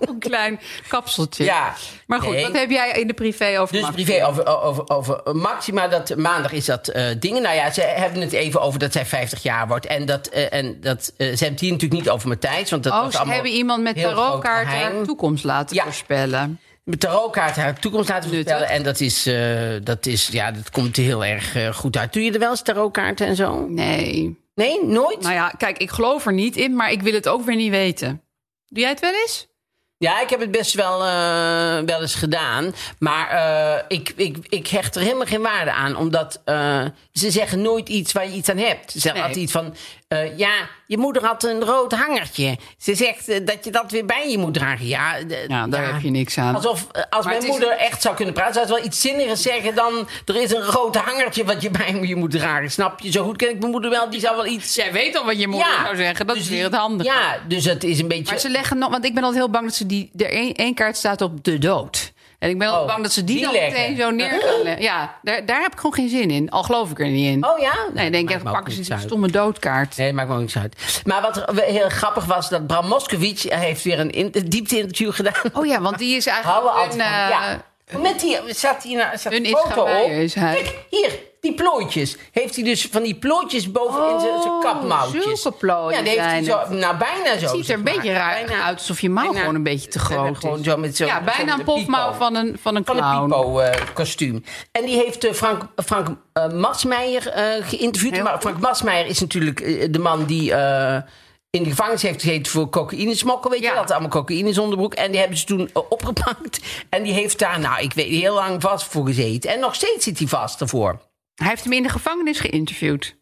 Speaker 4: een klein kapseltje.
Speaker 2: Ja.
Speaker 4: Maar goed,
Speaker 2: Nee.
Speaker 4: wat heb jij in de privé over
Speaker 2: Dus
Speaker 4: Max?
Speaker 2: privé over, over, over Maxima, dat maandag is dat eh dingen. Nou ja, ze hebben het even over dat zij 50 jaar wordt. En dat, eh, en dat eh, ze hebben het hier natuurlijk niet over Matthijs. Want dat
Speaker 4: Oh,
Speaker 2: was
Speaker 4: ze
Speaker 2: allemaal
Speaker 4: hebben iemand met
Speaker 2: heel groot
Speaker 4: tarotkaart haar
Speaker 2: geheim.
Speaker 4: toekomst laten
Speaker 2: Ja.
Speaker 4: voorspellen.
Speaker 2: Met tarotkaart haar toekomst laten
Speaker 4: Nuttig.
Speaker 2: vertellen. En dat is, eh, dat is, ja, dat komt heel erg eh, goed uit. Doe je er wel eens tarotkaarten en zo?
Speaker 4: Nee.
Speaker 2: Nee, nooit?
Speaker 4: Nou ja, kijk, ik geloof er niet in, maar ik wil het ook weer niet weten. Doe jij het wel eens?
Speaker 2: Ja, ik heb het best wel, eh, wel eens gedaan. Maar eh, ik, ik, ik hecht er helemaal geen waarde aan. Omdat eh, ze zeggen nooit iets waar je iets aan hebt. Ze zeggen
Speaker 4: Nee.
Speaker 2: altijd iets van... eh, ja, je moeder had een rood hangertje. Ze zegt eh, dat je dat weer bij je moet dragen. Ja, de-
Speaker 4: Ja, daar
Speaker 2: ja.
Speaker 4: heb je niks aan.
Speaker 2: Alsof eh, als
Speaker 4: Maar
Speaker 2: mijn
Speaker 4: het is-
Speaker 2: moeder echt zou kunnen praten... zou ze wel iets zinniger zeggen dan... er is een rood hangertje wat je bij je moet dragen. Snap je? Zo goed ken ik mijn moeder wel. Die zou wel iets...
Speaker 4: Jij weet al wat je moeder zou zeggen. Dat
Speaker 2: dus
Speaker 4: is weer
Speaker 2: die-
Speaker 4: het handige.
Speaker 2: Ja, dus het is een beetje...
Speaker 4: Maar ze leggen nog, want ik ben altijd heel bang dat ze die. Er één één kaart staat op de dood. En ik ben wel
Speaker 2: Oh,
Speaker 4: bang dat ze die,
Speaker 2: die
Speaker 4: dan
Speaker 2: leggen.
Speaker 4: meteen zo neer gaan leggen. Ja, daar, daar heb ik gewoon geen zin in. Al geloof ik er niet in.
Speaker 2: Oh ja?
Speaker 4: nee, ik denk
Speaker 2: Maakt
Speaker 4: ik,
Speaker 2: me ook
Speaker 4: pakken ze
Speaker 2: niks
Speaker 4: die
Speaker 2: uit.
Speaker 4: stomme doodkaart.
Speaker 2: Nee, maakt me ook niks uit. Maar wat er heel grappig was, dat Bram Moskowitz heeft weer een in- een diepte-interview gedaan.
Speaker 4: Oh ja, want die is eigenlijk
Speaker 2: Hou we
Speaker 4: hun,
Speaker 2: altijd van.
Speaker 4: eh,
Speaker 2: ja. Met die, zat hier nou, zat
Speaker 4: hun
Speaker 2: een foto op.
Speaker 4: Israëliër is hij.
Speaker 2: Kijk, hier, die plooitjes. Heeft hij dus van die plooitjes bovenin zijn zijn
Speaker 4: Oh,
Speaker 2: kapmouwtjes.
Speaker 4: zulke plooien
Speaker 2: Ja, die heeft hij
Speaker 4: zijn
Speaker 2: zo, nou bijna zo.
Speaker 4: Het ziet er
Speaker 2: zeg
Speaker 4: een
Speaker 2: maar.
Speaker 4: beetje raar
Speaker 2: Bijna-
Speaker 4: uit, alsof je mouw
Speaker 2: bijna-
Speaker 4: gewoon een beetje te
Speaker 2: bijna
Speaker 4: groot
Speaker 2: gewoon
Speaker 4: is.
Speaker 2: zo met zo'n-
Speaker 4: ja, bijna
Speaker 2: zo'n
Speaker 4: een pofmouw
Speaker 2: pipo.
Speaker 4: van een, van een
Speaker 2: Van een
Speaker 4: clown.
Speaker 2: Pipo-kostuum. en die heeft eh, Frank, Frank eh, Masmeijer eh, geïnterviewd.
Speaker 4: Heel
Speaker 2: maar
Speaker 4: goed.
Speaker 2: Frank Masmeijer is natuurlijk eh, de man die eh, in de gevangenis heeft gezeten voor cocaïnesmokkel. Weet
Speaker 4: Ja.
Speaker 2: je, dat allemaal cocaïne in zijn onderbroek. En die hebben ze toen eh, opgepakt. En die heeft daar, nou, ik weet, heel lang vast voor gezeten. En nog steeds zit hij vast ervoor.
Speaker 4: Hij heeft hem in de gevangenis geïnterviewd.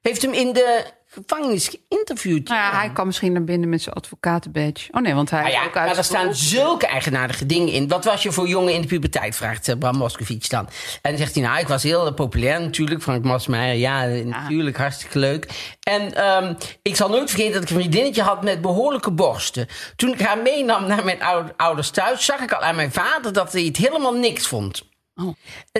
Speaker 2: Heeft hem in de gevangenis geïnterviewd.
Speaker 4: Nou ja, hij kwam misschien naar binnen met zijn advocatenbadge. Oh nee, want hij
Speaker 2: Nou
Speaker 4: heeft
Speaker 2: ja,
Speaker 4: ook uit
Speaker 2: maar daar
Speaker 4: zijn
Speaker 2: staan
Speaker 4: beroep-
Speaker 2: zulke eigenaardige dingen in. Wat was je voor jongen in de puberteit? Vraagt eh, Bram Moskowitz dan. En dan zegt hij, nou, ik was heel eh, populair natuurlijk. Frank Masmeijer, ja,
Speaker 4: Ah.
Speaker 2: eh, natuurlijk, hartstikke leuk. En ehm, ik zal nooit vergeten dat ik een vriendinnetje had met behoorlijke borsten. Toen ik haar meenam naar mijn ou- ouders thuis... zag ik al aan mijn vader dat hij het helemaal niks vond. Eh,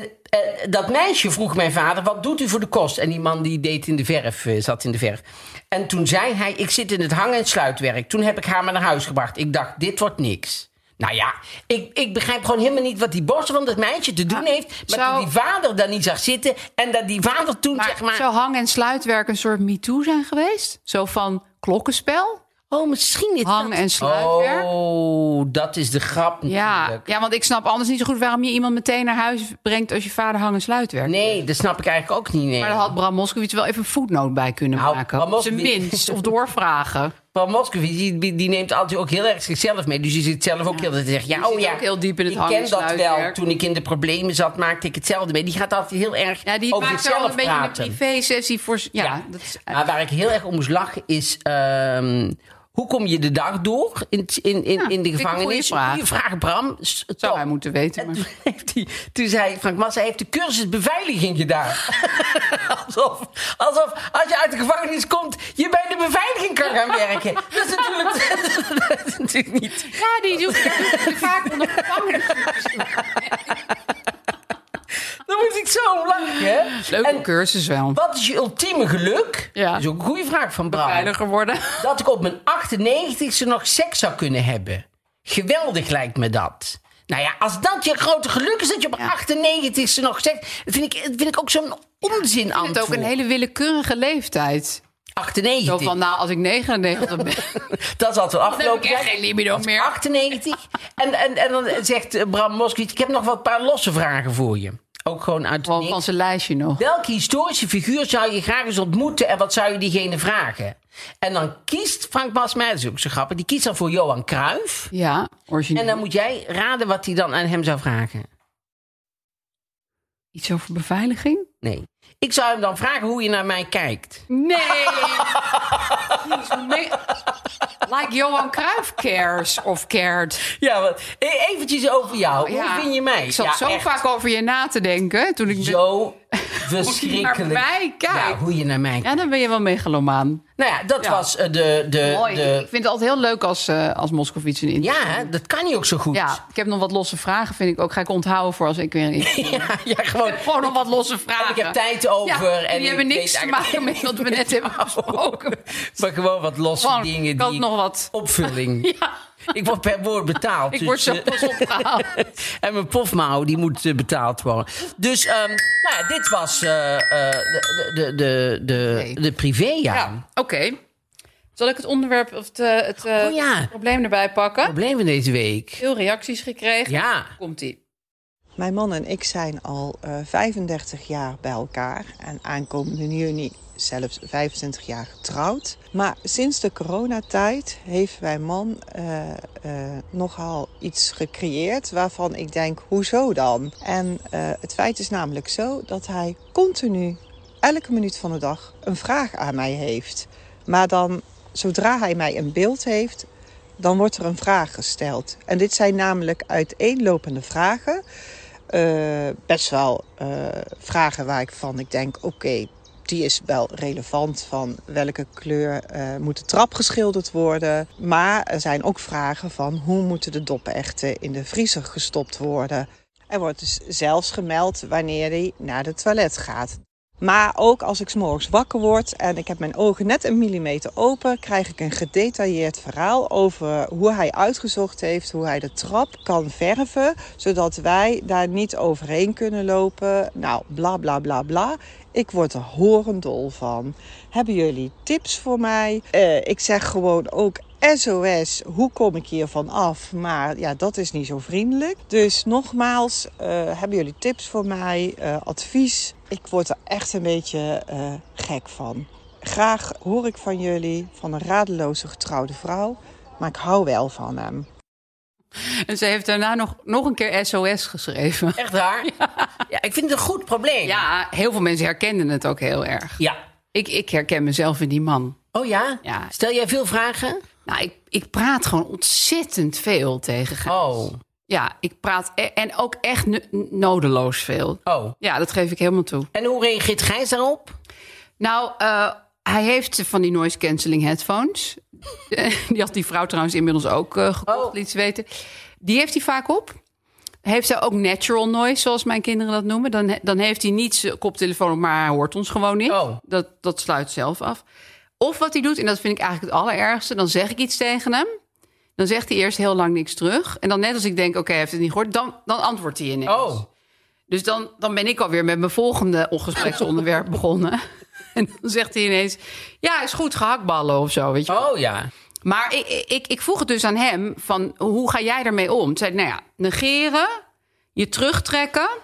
Speaker 2: eh, dat meisje vroeg mijn vader, wat doet u voor de kost? En die man die deed in de verf, eh, zat in de verf. En toen zei hij, ik zit in het hang- en sluitwerk. Toen heb ik haar maar naar huis gebracht. Ik dacht, dit wordt niks. Nou ja, ik, ik begrijp gewoon helemaal niet wat die borst van dat meisje te
Speaker 4: Ah,
Speaker 2: doen heeft. Maar
Speaker 4: zou-
Speaker 2: dat die vader daar niet zag zitten. En dat die vader toen,
Speaker 4: Maar,
Speaker 2: zeg maar...
Speaker 4: zou hang- en sluitwerk een soort MeToo zijn geweest? Zo van klokkenspel?
Speaker 2: Oh, misschien is
Speaker 4: Hang-
Speaker 2: dat-
Speaker 4: en sluitwerk?
Speaker 2: Oh, dat is de grap
Speaker 4: Ja,
Speaker 2: natuurlijk.
Speaker 4: ja, want ik snap anders niet zo goed waarom je iemand meteen naar huis brengt als je vader hang- en sluitwerk.
Speaker 2: Nee, dat snap ik eigenlijk ook niet. Nee.
Speaker 4: Maar daar had Bram Moskowitz wel even een voetnoot bij kunnen
Speaker 2: Nou,
Speaker 4: maken.
Speaker 2: Bram
Speaker 4: Op zijn
Speaker 2: Moskowitz-
Speaker 4: minst. Of doorvragen.
Speaker 2: Paul Moskowitz, die, die neemt altijd ook heel erg zichzelf mee. Dus die zit zelf ook heel erg te zeggen... Ja,
Speaker 4: Die
Speaker 2: oh
Speaker 4: zit
Speaker 2: ja,
Speaker 4: ook heel diep in het
Speaker 2: ik
Speaker 4: hangen
Speaker 2: ken dat wel.
Speaker 4: sluitwerk.
Speaker 2: Toen ik in de problemen zat, maakte ik hetzelfde mee. Die gaat altijd heel erg
Speaker 4: Ja, die
Speaker 2: over
Speaker 4: maakt wel
Speaker 2: zichzelf
Speaker 4: een beetje een
Speaker 2: praten.
Speaker 4: privé-sessie voor... z- Ja,
Speaker 2: Ja. Nou,
Speaker 4: dat is...
Speaker 2: Maar waar ik heel erg om moest lachen is... ehm, hoe kom je de dag door in, het- in, in, in
Speaker 4: vind ik
Speaker 2: de
Speaker 4: een goeie
Speaker 2: gevangenis?
Speaker 4: vraag.
Speaker 2: Je vraagt Bram. S-
Speaker 4: Zou
Speaker 2: top.
Speaker 4: hij moeten weten.
Speaker 2: En
Speaker 4: Maar...
Speaker 2: toen, heeft hij, toen zei Frank Massa, hij heeft de cursus beveiliging gedaan. alsof, alsof als je uit de gevangenis komt, je bij de beveiliging kan gaan werken. Dat is natuurlijk, dat is natuurlijk niet.
Speaker 4: Ja, die doet die vaak onder gevangenis.
Speaker 2: Dan moet ik zo om lachen. hè?
Speaker 4: Leuke
Speaker 2: En
Speaker 4: cursus wel.
Speaker 2: wat is je ultieme geluk?
Speaker 4: Ja.
Speaker 2: Dat is ook een goede vraag van Bram.
Speaker 4: Veiliger worden.
Speaker 2: Dat ik op mijn 98ste nog seks zou kunnen hebben. Geweldig lijkt me dat. Nou ja, als dat je grote geluk is dat je op
Speaker 4: Ja.
Speaker 2: 98ste nog seks... Dat vind ik, dat vind ik ook zo'n onzin
Speaker 4: Ik vind het ook een hele willekeurige leeftijd.
Speaker 2: 98.
Speaker 4: Zo van, nou, als ik 99 ben,
Speaker 2: Dat is altijd
Speaker 4: dan heb
Speaker 2: afgelopen.
Speaker 4: ik echt
Speaker 2: jaar.
Speaker 4: geen libido meer.
Speaker 2: 98. En, en, en dan zegt eh, Bram Moskowitz... ik heb nog wat paar losse vragen voor je. Ook gewoon uit het
Speaker 4: Gewoon van
Speaker 2: niks.
Speaker 4: zijn lijstje nog.
Speaker 2: Welke historische figuur zou je graag eens ontmoeten... en wat zou je diegene vragen? En dan kiest Frank Masmeijer, dat is ook zo grappig... die kiest dan voor Johan Cruijff.
Speaker 4: Ja, origineel.
Speaker 2: En dan moet jij raden wat hij dan aan hem zou vragen.
Speaker 4: Iets over beveiliging?
Speaker 2: Nee. Ik zou hem dan vragen hoe je naar mij kijkt.
Speaker 4: Nee! Jezus, hoe me- like Johan Cruijff cares of cared.
Speaker 2: Ja, want e- eventjes over jou.
Speaker 4: Oh, Ja,
Speaker 2: Hoe vind je mij?
Speaker 4: Ik zat
Speaker 2: Ja,
Speaker 4: zo
Speaker 2: echt.
Speaker 4: vaak over je na te denken. Toen ik
Speaker 2: Zo verschrikkelijk.
Speaker 4: Hoe je naar mij kijkt.
Speaker 2: Ja, hoe je naar mij kijkt.
Speaker 4: Ja, dan ben je wel megalomaan.
Speaker 2: Nou ja, dat
Speaker 4: Ja.
Speaker 2: was eh, de... de,
Speaker 4: Mooi. Ik
Speaker 2: de
Speaker 4: vind het altijd heel leuk als, eh als Moskovits een interview.
Speaker 2: ja, hè, dat kan niet ook zo goed.
Speaker 4: Ja, ik heb nog wat losse vragen, vind ik ook. Ga ik onthouden voor als ik weer... Ik
Speaker 2: ja, ja, gewoon.
Speaker 4: heb gewoon nog wat losse vragen.
Speaker 2: ik heb tijd over
Speaker 4: Ja,
Speaker 2: en
Speaker 4: die
Speaker 2: ik
Speaker 4: hebben
Speaker 2: weet
Speaker 4: niks te
Speaker 2: eigenlijk-
Speaker 4: maken met wat we net hebben besproken.
Speaker 2: Maar gewoon wat losse
Speaker 4: Gewoon,
Speaker 2: dingen.
Speaker 4: ik had
Speaker 2: die
Speaker 4: nog wat.
Speaker 2: Opvulling.
Speaker 4: Ja,
Speaker 2: Ik word per woord betaald.
Speaker 4: ik
Speaker 2: dus,
Speaker 4: word zo
Speaker 2: eh,
Speaker 4: pas opgehaald.
Speaker 2: en mijn pofmouw, die moet eh, betaald worden. Dus, ehm, nou ja, dit was eh, eh, de, de, de, de, de privé, ja.
Speaker 4: Ja, oké. Zal ik het onderwerp of het, eh, het eh,
Speaker 2: Oh ja.
Speaker 4: probleem erbij pakken?
Speaker 2: Problemen deze week.
Speaker 4: Veel reacties gekregen.
Speaker 2: Ja.
Speaker 4: Komt-ie.
Speaker 6: Mijn man en ik zijn al eh, 35 jaar bij elkaar en aankomende juni zelfs 25 jaar getrouwd. Maar sinds de coronatijd heeft mijn man eh, eh, nogal iets gecreëerd waarvan ik denk, hoezo dan? En eh, het feit is namelijk zo dat hij continu, elke minuut van de dag, een vraag aan mij heeft. Maar dan, zodra hij mij een beeld heeft, dan wordt er een vraag gesteld. En dit zijn namelijk uiteenlopende vragen. Eh, best wel eh, vragen waarvan ik denk: oké, die is wel relevant van welke kleur eh, moet de trap geschilderd worden. Maar er zijn ook vragen van hoe moeten de dopechten in de vriezer gestopt worden. Er wordt dus zelfs gemeld wanneer hij naar de toilet gaat. Maar ook als ik 's morgens wakker word en ik heb mijn ogen net een millimeter open, krijg ik een gedetailleerd verhaal over hoe hij uitgezocht heeft hoe hij de trap kan verven, zodat wij daar niet overheen kunnen lopen. Nou, bla bla bla bla. Ik word er horendol van. Hebben jullie tips voor mij? Eh, ik zeg gewoon ook SOS, hoe kom ik hiervan af? Maar ja, dat is niet zo vriendelijk. Dus nogmaals, eh, hebben jullie tips voor mij, eh, advies? Ik word er echt een beetje eh, gek van. Graag hoor ik van jullie, van een radeloze getrouwde vrouw. Maar ik hou wel van hem.
Speaker 4: En ze heeft daarna nog, nog een keer SOS geschreven.
Speaker 2: Echt waar? Ja. ik vind het een goed probleem.
Speaker 4: Ja, heel veel mensen herkenden het ook heel erg.
Speaker 2: Ja.
Speaker 4: Ik, ik herken mezelf in die man.
Speaker 2: Oh ja?
Speaker 4: Ja.
Speaker 2: Stel jij veel vragen?
Speaker 4: Nou, ik, ik praat gewoon ontzettend veel tegen Gijs.
Speaker 2: Oh.
Speaker 4: Ja, ik praat e- en ook echt n- nodeloos veel.
Speaker 2: Oh.
Speaker 4: Ja, dat geef ik helemaal toe.
Speaker 2: En hoe reageert Gijs daarop?
Speaker 4: Nou, eh, hij heeft van die noise cancelling headphones. die had die vrouw trouwens inmiddels ook eh, gekocht,
Speaker 2: Oh.
Speaker 4: liet ze weten. Die heeft hij vaak op. Heeft hij ook natural noise, zoals mijn kinderen dat noemen. Dan, he- dan heeft hij niet zijn koptelefoon op, maar hij hoort ons gewoon niet.
Speaker 2: Oh.
Speaker 4: Dat, dat sluit zelf af. Of wat hij doet, en dat vind ik eigenlijk het allerergste... dan zeg ik iets tegen hem. Dan zegt hij eerst heel lang niks terug. En dan net als ik denk, oké, hij heeft het niet gehoord... dan, dan antwoordt hij je niks.
Speaker 2: Oh.
Speaker 4: Dus dan, dan ben ik alweer met mijn volgende ongespreksonderwerp begonnen. En dan zegt hij ineens: Ja, is goed, gehaktballen of zo. Weet je. wel.
Speaker 2: Oh ja.
Speaker 4: Maar ik, ik, ik vroeg het dus aan hem: van, Hoe ga jij daarmee om? Toen zei hij: Nou ja, negeren, je terugtrekken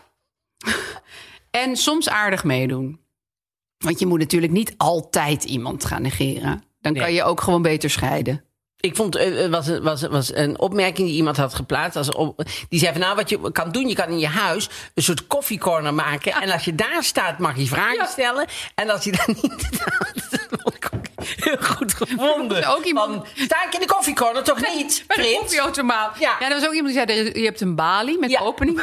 Speaker 4: en soms aardig meedoen. Want je moet natuurlijk niet altijd iemand gaan negeren. Dan kan
Speaker 2: Nee.
Speaker 4: je ook gewoon beter scheiden.
Speaker 2: Ik vond, eh, eh, was, een- was, was een opmerking die iemand had geplaatst. Als op, die zei van, nou, wat je kan doen, je kan in je huis een soort koffiecorner maken. En als je daar staat, mag je vragen
Speaker 4: Ja.
Speaker 2: stellen. En als je daar niet staat, dat vond ik ook heel goed gevonden.
Speaker 4: ook iemand-
Speaker 2: Van, sta ik in de koffiecorner? Toch niet,
Speaker 4: Bij de
Speaker 2: prins?
Speaker 4: koffieautomaat.
Speaker 2: Ja.
Speaker 4: Ja. er was ook iemand die zei, er is- je hebt een balie met
Speaker 2: Ja.
Speaker 4: opening.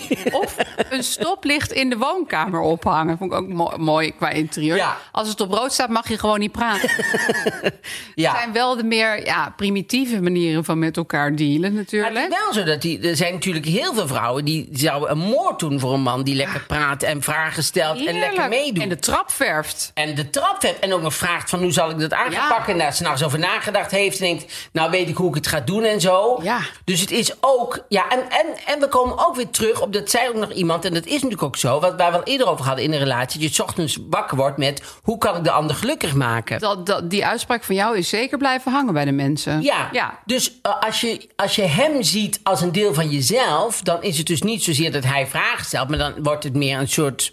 Speaker 4: of een stoplicht in de woonkamer ophangen. Vond ik ook mo- mooi qua interieur.
Speaker 2: Ja.
Speaker 4: Als het op rood staat, mag je gewoon niet praten. Het
Speaker 2: Ja.
Speaker 4: zijn wel de meer ja, primitieve manieren van met elkaar dealen
Speaker 2: Maar het
Speaker 4: natuurlijk.
Speaker 2: is wel zo dat die, er zijn natuurlijk heel veel vrouwen die zouden een moord doen voor een man die lekker praat en vragen stelt en lekker
Speaker 4: Ah. Heerlijk.
Speaker 2: meedoet.
Speaker 4: En de trap verft.
Speaker 2: en de trap hebt en ook nog vraagt van hoe zal ik dat aanpakken. En daar s'nachts over nagedacht heeft en denkt, nou weet ik hoe ik het ga doen en zo.
Speaker 4: Ja.
Speaker 2: Dus het is ook, ja, en, en, en we komen ook weer terug op, dat zei ook nog iemand, en dat is natuurlijk ook zo, wat wij wel eerder over hadden in een relatie, dat je 's ochtends wakker wordt met hoe kan ik de ander gelukkig maken.
Speaker 4: Dat, dat, die uitspraak van jou is zeker blijven hangen bij de mensen.
Speaker 2: Ja,
Speaker 4: ja.
Speaker 2: dus eh, als, je, als je hem ziet als een deel van jezelf, dan is het dus niet zozeer dat hij vragen stelt, maar dan wordt het meer een soort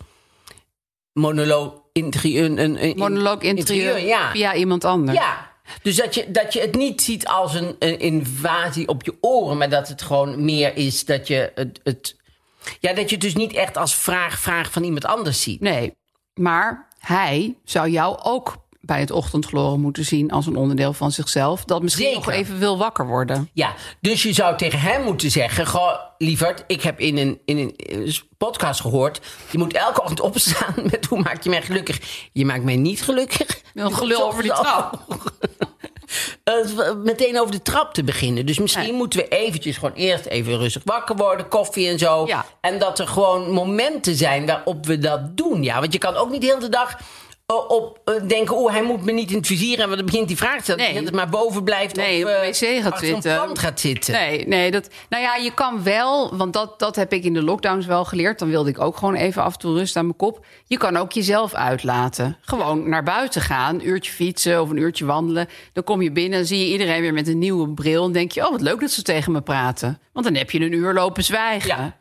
Speaker 2: monoloog interieur. Een, een, een-
Speaker 4: Monoloog interieur,
Speaker 2: ja.
Speaker 4: via iemand anders.
Speaker 2: Ja, dus dat je, dat je het niet ziet als een, een invasie op je oren, maar dat het gewoon meer is dat je het, het. Ja, dat je het dus niet echt als vraag, vraag van iemand anders ziet.
Speaker 4: Nee, maar hij zou jou ook bij het ochtendgloren moeten zien als een onderdeel van zichzelf. Dat misschien
Speaker 2: Zeker.
Speaker 4: nog even wil wakker worden.
Speaker 2: Ja, dus je zou tegen hem moeten zeggen: Goh, lieverd, ik heb in een, in een eh, podcast gehoord. Je moet elke ochtend opstaan met hoe maak je mij gelukkig. Je maakt mij niet gelukkig.
Speaker 4: Een gelul over die trap.
Speaker 2: Eh, meteen over de trap te beginnen. Dus misschien
Speaker 4: Nee.
Speaker 2: moeten we eventjes gewoon eerst even rustig wakker worden, koffie en zo.
Speaker 4: Ja.
Speaker 2: En dat er gewoon momenten zijn waarop we dat doen. Ja, want je kan ook niet de hele dag eh, op eh, denken, oh, hij moet me niet in het vizier hebben. Want dan begint die vraag te stellen.
Speaker 4: Nee.
Speaker 2: Dat het maar boven blijft
Speaker 4: Nee,
Speaker 2: of
Speaker 4: op de
Speaker 2: eh,
Speaker 4: wc gaat
Speaker 2: achter een
Speaker 4: zitten.
Speaker 2: plant gaat zitten.
Speaker 4: Nee, nee dat, nou ja, je kan wel, want dat, dat heb ik in de lockdowns wel geleerd. Dan wilde ik ook gewoon even af en toe rust aan mijn kop. Je kan ook jezelf uitlaten. Gewoon naar buiten gaan, een uurtje fietsen of een uurtje wandelen. Dan kom je binnen en zie je iedereen weer met een nieuwe bril. En denk je, oh wat leuk dat ze tegen me praten. Want dan heb je een uur lopen zwijgen.
Speaker 2: Ja.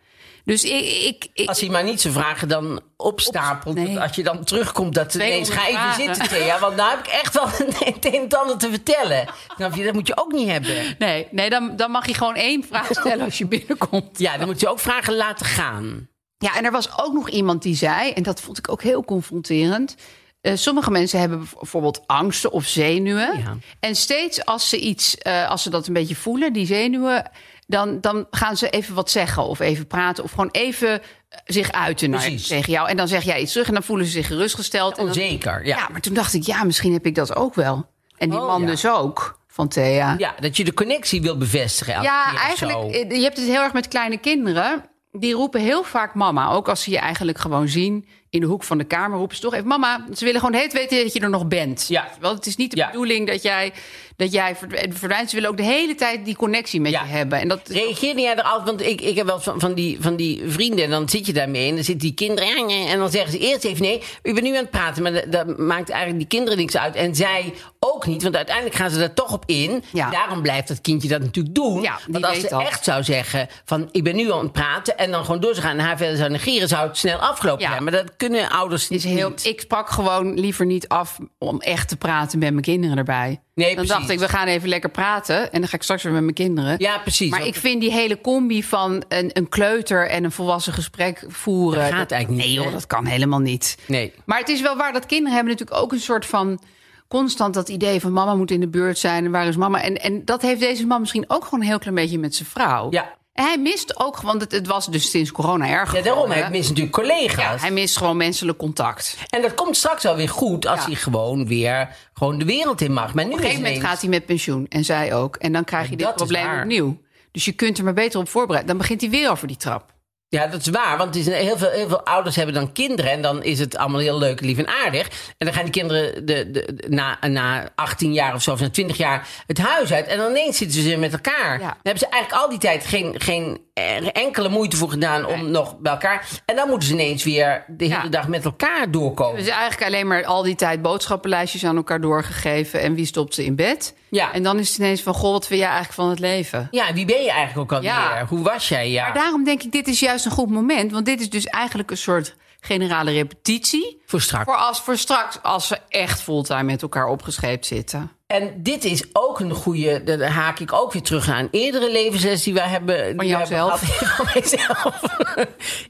Speaker 4: Dus ik, ik, ik,
Speaker 2: Als hij maar niet zijn vragen dan opstapelt.
Speaker 4: Op- nee.
Speaker 2: dat Als je dan terugkomt, dat ze ineens ga
Speaker 4: 200
Speaker 2: even
Speaker 4: vragen.
Speaker 2: zitten, Thea. Want nou heb ik echt wel een het een en het ander te vertellen. Snap je? Dat moet je ook niet hebben.
Speaker 4: Nee, nee dan, dan mag je gewoon één vraag stellen als je binnenkomt.
Speaker 2: Ja, dan moet je ook vragen laten gaan.
Speaker 4: Ja, en er was ook nog iemand die zei, en dat vond ik ook heel confronterend. eh, sommige mensen hebben bijv- bijvoorbeeld angsten of zenuwen.
Speaker 2: Ja.
Speaker 4: En steeds als ze iets, eh, als ze dat een beetje voelen, die zenuwen, dan, dan gaan ze even wat zeggen of even praten of gewoon even eh, zich uiten naar,
Speaker 2: Precies.
Speaker 4: tegen jou. En dan zeg jij iets terug en dan voelen ze zich gerustgesteld. en dan-
Speaker 2: Onzeker,
Speaker 4: ja.
Speaker 2: ja.
Speaker 4: maar toen dacht ik, ja, misschien heb ik dat ook wel. En die
Speaker 2: Oh,
Speaker 4: man
Speaker 2: ja.
Speaker 4: dus ook, van Thea.
Speaker 2: Ja, dat je de connectie wil bevestigen. elke keer
Speaker 4: Ja,
Speaker 2: Nou, of
Speaker 4: eigenlijk,
Speaker 2: zo.
Speaker 4: eh, je hebt het heel erg met kleine kinderen. Die roepen heel vaak mama. Ook als ze je eigenlijk gewoon zien in de hoek van de kamer, roepen ze toch even mama. Ze willen gewoon heet weten dat je er nog bent.
Speaker 2: Ja.
Speaker 4: Want het is niet de
Speaker 2: Ja.
Speaker 4: bedoeling dat jij, dat jij verd- eh, verdwijnt. Ze willen ook de hele tijd die connectie met
Speaker 2: Ja.
Speaker 4: je hebben. En dat,
Speaker 2: Reageerde jij eraf? Want ik, ik heb wel eens van, van, die, van die vrienden. En dan zit je daarmee. En dan zitten die kinderen. ja, ja, En dan zeggen ze eerst even nee. U bent nu aan het praten. Maar dat, dat maakt eigenlijk die kinderen niks uit. En zij ook niet. Want uiteindelijk gaan ze daar toch op in.
Speaker 4: Ja.
Speaker 2: Daarom blijft dat kindje dat natuurlijk doen.
Speaker 4: Ja, die
Speaker 2: want als
Speaker 4: weet
Speaker 2: ze
Speaker 4: dat.
Speaker 2: echt zou zeggen. Van ik ben nu aan het praten. En dan gewoon door ze gaan. En haar verder zou negeren. Zou het snel afgelopen
Speaker 4: Ja.
Speaker 2: zijn. Maar dat kunnen ouders
Speaker 4: is
Speaker 2: niet.
Speaker 4: heel, ik sprak gewoon liever niet af om echt te praten met mijn kinderen erbij.
Speaker 2: Nee,
Speaker 4: dan
Speaker 2: precies.
Speaker 4: dacht ik, we gaan even lekker praten. En dan ga ik straks weer met mijn kinderen.
Speaker 2: Ja, precies.
Speaker 4: Maar
Speaker 2: Want
Speaker 4: ik vind die hele combi van een, een kleuter en een volwassen gesprek voeren.
Speaker 2: Dat gaat eigenlijk niet,
Speaker 4: Nee,
Speaker 2: hè?
Speaker 4: joh, dat kan helemaal niet.
Speaker 2: Nee.
Speaker 4: Maar het is wel waar dat kinderen hebben natuurlijk ook een soort van. Constant dat idee van mama moet in de buurt zijn en waar is mama? En, en dat heeft deze man misschien ook gewoon een heel klein beetje met zijn vrouw.
Speaker 2: Ja.
Speaker 4: En hij mist ook, want het, het was dus sinds corona erg.
Speaker 2: Ja, daarom.
Speaker 4: geworden.
Speaker 2: Hij mist natuurlijk collega's.
Speaker 4: Ja, hij mist gewoon menselijk contact.
Speaker 2: En dat komt straks wel weer goed als
Speaker 4: Ja.
Speaker 2: hij gewoon weer gewoon de wereld in mag. Maar nu
Speaker 4: Op een gegeven moment gaat hij met pensioen en zij ook. En dan krijg je dit
Speaker 2: dat is
Speaker 4: probleem
Speaker 2: waar.
Speaker 4: opnieuw. Dus je kunt er maar beter op voorbereiden. Dan begint hij weer over die trap.
Speaker 2: Ja, dat is waar. Want het is een- heel, veel, heel veel ouders hebben dan kinderen. En dan is het allemaal heel leuk, lief en aardig. En dan gaan die kinderen de, de, de- na, na 18 jaar of zo, of na 20 jaar, het huis uit. En dan ineens zitten ze weer met elkaar.
Speaker 4: Ja.
Speaker 2: Dan hebben ze eigenlijk al die tijd geen, geen eh, enkele moeite voor gedaan om nog bij elkaar. En dan moeten ze ineens weer de hele
Speaker 4: Ja.
Speaker 2: dag met elkaar doorkomen.
Speaker 4: Dus eigenlijk alleen maar al die tijd boodschappenlijstjes aan elkaar doorgegeven. En wie stopt ze in bed?
Speaker 2: Ja.
Speaker 4: En dan is het ineens van, goh, wat vind jij eigenlijk van het leven?
Speaker 2: Ja, wie ben je eigenlijk ook alweer?
Speaker 4: Ja.
Speaker 2: Hoe was jij? Ja.
Speaker 4: Maar daarom denk ik, dit is juist een goed moment. Want dit is dus eigenlijk een soort generale repetitie.
Speaker 2: Voor straks.
Speaker 4: Voor, als, voor straks, als ze echt fulltime met elkaar opgescheept zitten.
Speaker 2: En dit is ook een goede. Daar haak ik ook weer terug aan eerdere levensles die we hebben.
Speaker 4: Van
Speaker 2: die we
Speaker 4: jouzelf?
Speaker 2: hebben gehad. Van mijzelf.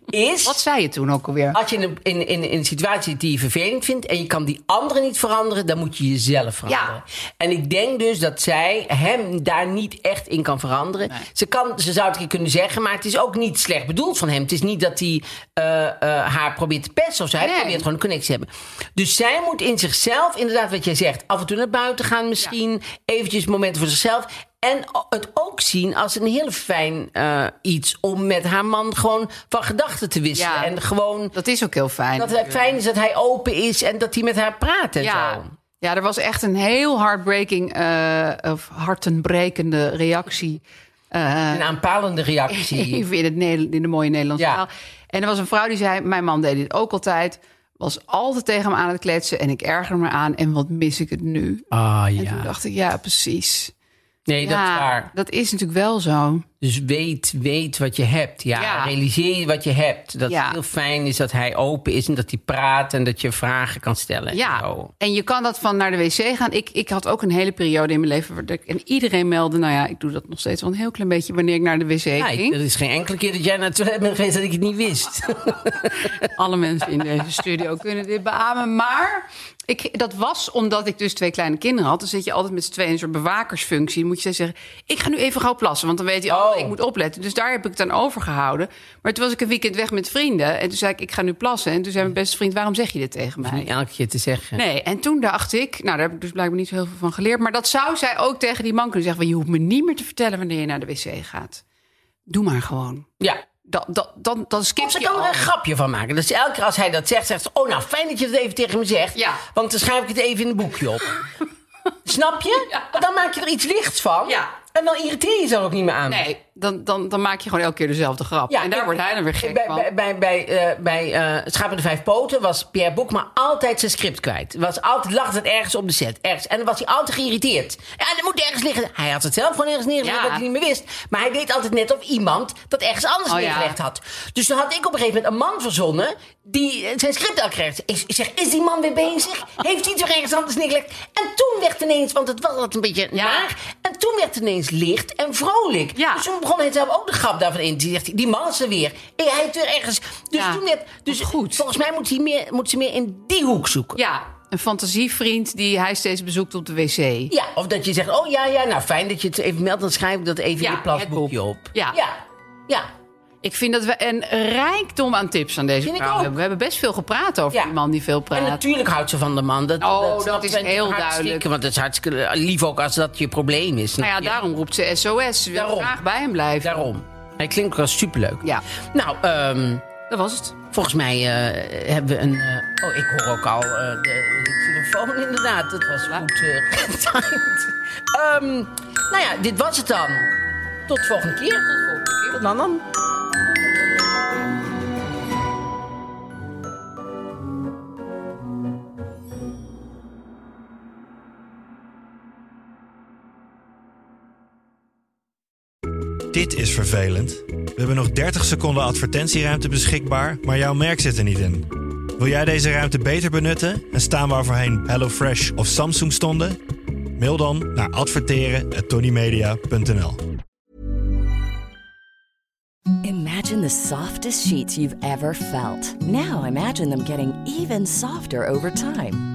Speaker 2: is.
Speaker 4: Wat zei je toen ook alweer?
Speaker 2: Als je in een, in, in, in een situatie zit die je vervelend vindt en je kan die anderen niet veranderen, dan moet je jezelf veranderen. En ik denk dus dat zij hem daar niet echt in kan veranderen. Ze, kan, ze zou het een keer kunnen zeggen, maar het is ook niet slecht bedoeld van hem. Het is niet dat hij eh, eh, haar probeert te pesten of zo. Hij
Speaker 4: Nee.
Speaker 2: probeert gewoon een connectie te hebben. Dus zij moet in zichzelf, inderdaad wat jij zegt, af en toe naar buiten gaan misschien, eventjes momenten voor zichzelf. En o- het ook zien als een heel fijn eh, iets om met haar man gewoon van gedachten te wisselen.
Speaker 4: Ja.
Speaker 2: En gewoon
Speaker 4: Dat is ook heel fijn.
Speaker 2: dat het fijn is dat hij open is en dat hij met haar praat en
Speaker 4: eh, ja.
Speaker 2: zo.
Speaker 4: Ja, er was echt een heel heartbreaking, eh, of hartenbrekende reactie. eh,
Speaker 2: Een aanpalende reactie.
Speaker 4: Even in, het Nederland, in de mooie Nederlandse
Speaker 2: Ja.
Speaker 4: taal. En er was een vrouw die zei: Mijn man deed dit ook altijd. Was altijd tegen me aan het kletsen. En ik erger me aan. En wat mis ik het nu?
Speaker 2: Ah
Speaker 4: En toen dacht ik: Ja, precies.
Speaker 2: Nee, dat
Speaker 4: ja,
Speaker 2: is waar.
Speaker 4: dat is natuurlijk wel zo.
Speaker 2: Dus weet, weet wat je hebt. Ja,
Speaker 4: Ja.
Speaker 2: realiseer je wat je hebt. Dat
Speaker 4: Ja.
Speaker 2: het heel fijn is dat hij open is en dat hij praat en dat je vragen kan stellen. en
Speaker 4: Ja,
Speaker 2: zo.
Speaker 4: en je kan dat van naar de wc gaan. Ik, ik had ook een hele periode in mijn leven. Waar ik, en iedereen meldde: Nou ja, ik doe dat nog steeds wel een heel klein beetje wanneer ik naar de wc
Speaker 2: Ja, ik-
Speaker 4: ging.
Speaker 2: er is geen enkele keer dat jij naar het toilet bent geweest dat ik het niet wist.
Speaker 4: Alle mensen in deze studio kunnen dit beamen. Maar ik, dat was omdat ik dus twee kleine kinderen had. Dan zit je altijd met z'n tweeën in een soort bewakersfunctie. Dan moet je zeggen, ik ga nu even gauw plassen. Want dan weet hij, oh,
Speaker 2: Oh.
Speaker 4: ik moet opletten. Dus daar heb ik het aan overgehouden. Maar toen was ik een weekend weg met vrienden. En toen zei ik, ik ga nu plassen. En toen zei mijn beste vriend, waarom zeg je dit tegen mij?
Speaker 2: Niet elke keer te zeggen.
Speaker 4: Nee, en toen dacht ik, nou daar heb ik dus blijkbaar niet zo heel veel van geleerd. Maar dat zou zij ook tegen die man kunnen zeggen. van, Je hoeft me niet meer te vertellen wanneer je naar de wc gaat. Doe maar gewoon.
Speaker 2: Ja.
Speaker 4: Dat, dat, dan, dan skip
Speaker 2: Of ze
Speaker 4: je
Speaker 2: kan er
Speaker 4: al.
Speaker 2: een grapje van maken. Dus elke keer als hij dat zegt, zegt ze... Oh, nou, fijn dat je dat even tegen me zegt.
Speaker 4: Ja.
Speaker 2: Want dan schrijf ik het even in een boekje op. Snap je? Want dan maak je er iets lichts van.
Speaker 4: Ja.
Speaker 2: En dan irriteer je ze er ook niet meer aan.
Speaker 4: Nee, dan, dan, dan maak je gewoon elke keer dezelfde grap. en daar
Speaker 2: ik-
Speaker 4: wordt hij dan weer gek
Speaker 2: bij,
Speaker 4: van.
Speaker 2: Bij, bij, bij, eh, bij eh, Schaap en de Vijf Poten was Pierre Boekma altijd zijn script kwijt. Was altijd, lag het ergens op de set. Ergens. En dan was hij altijd geïrriteerd. Ja, dat moet ergens liggen. Hij had het zelf gewoon ergens neergelegd
Speaker 4: Ja.
Speaker 2: dat hij niet meer wist. Maar hij deed altijd net of iemand dat ergens anders
Speaker 4: Oh, ja.
Speaker 2: neergelegd had. Dus toen had ik op een gegeven moment een man verzonnen... die eh, zijn script al kreeg. Ik ik zeg, is die man weer bezig? Heeft hij het weer ergens anders neergelegd? En toen werd ineens, want het was altijd een beetje naar... en toen werd het ineens licht en vrolijk.
Speaker 4: Ja.
Speaker 2: Dus toen begon hij zelf ook de grap daarvan in. Die zegt, die man is er weer. Eh, Hij heeft weer ergens. Dus
Speaker 4: Ja,
Speaker 2: toen net. Dus
Speaker 4: wat goed.
Speaker 2: Volgens mij moet, hij meer, moet ze meer in die hoek zoeken.
Speaker 4: Ja, een fantasievriend die hij steeds bezoekt op de wc.
Speaker 2: Ja, Of dat je zegt, oh ja, ja, nou fijn dat je het even meldt. Dan schrijf ik dat even in
Speaker 4: Ja,
Speaker 2: je
Speaker 4: het boek.
Speaker 2: plasboekje op.
Speaker 4: Ja.
Speaker 2: Ja. ja.
Speaker 4: Ik vind dat we een rijkdom aan tips aan deze
Speaker 2: Vind ik
Speaker 4: vrouw
Speaker 2: ook.
Speaker 4: hebben. We hebben best veel gepraat over
Speaker 2: Ja.
Speaker 4: die man die veel praat.
Speaker 2: En natuurlijk houdt ze van de man. Dat,
Speaker 4: Oh, dat
Speaker 2: snapt
Speaker 4: is
Speaker 2: men
Speaker 4: heel
Speaker 2: hartstikke,
Speaker 4: duidelijk.
Speaker 2: Want het is hartstikke lief ook als dat je probleem is.
Speaker 4: nou ja, daarom roept ze SOS. Ze wil
Speaker 2: Daarom.
Speaker 4: graag bij hem blijven.
Speaker 2: Daarom. Hij klinkt ook wel superleuk.
Speaker 4: Ja,
Speaker 2: Nou, ehm,
Speaker 4: dat was het.
Speaker 2: volgens mij eh, hebben we een... eh, oh, ik hoor ook al eh, de, de telefoon inderdaad. Dat was goed eh, getimed. Ehm, nou ja, dit was het dan. Tot de volgende keer. Tot volgende keer. Tot dan dan.
Speaker 7: Dit is vervelend. We hebben nog 30 seconden advertentieruimte beschikbaar, maar jouw merk zit er niet in. Wil jij deze ruimte beter benutten en staan waar voorheen HelloFresh of Samsung stonden? Mail dan naar adverteren@tonymedia.nl.
Speaker 8: Imagine the softest sheets you've ever felt. Now imagine them getting even softer over time.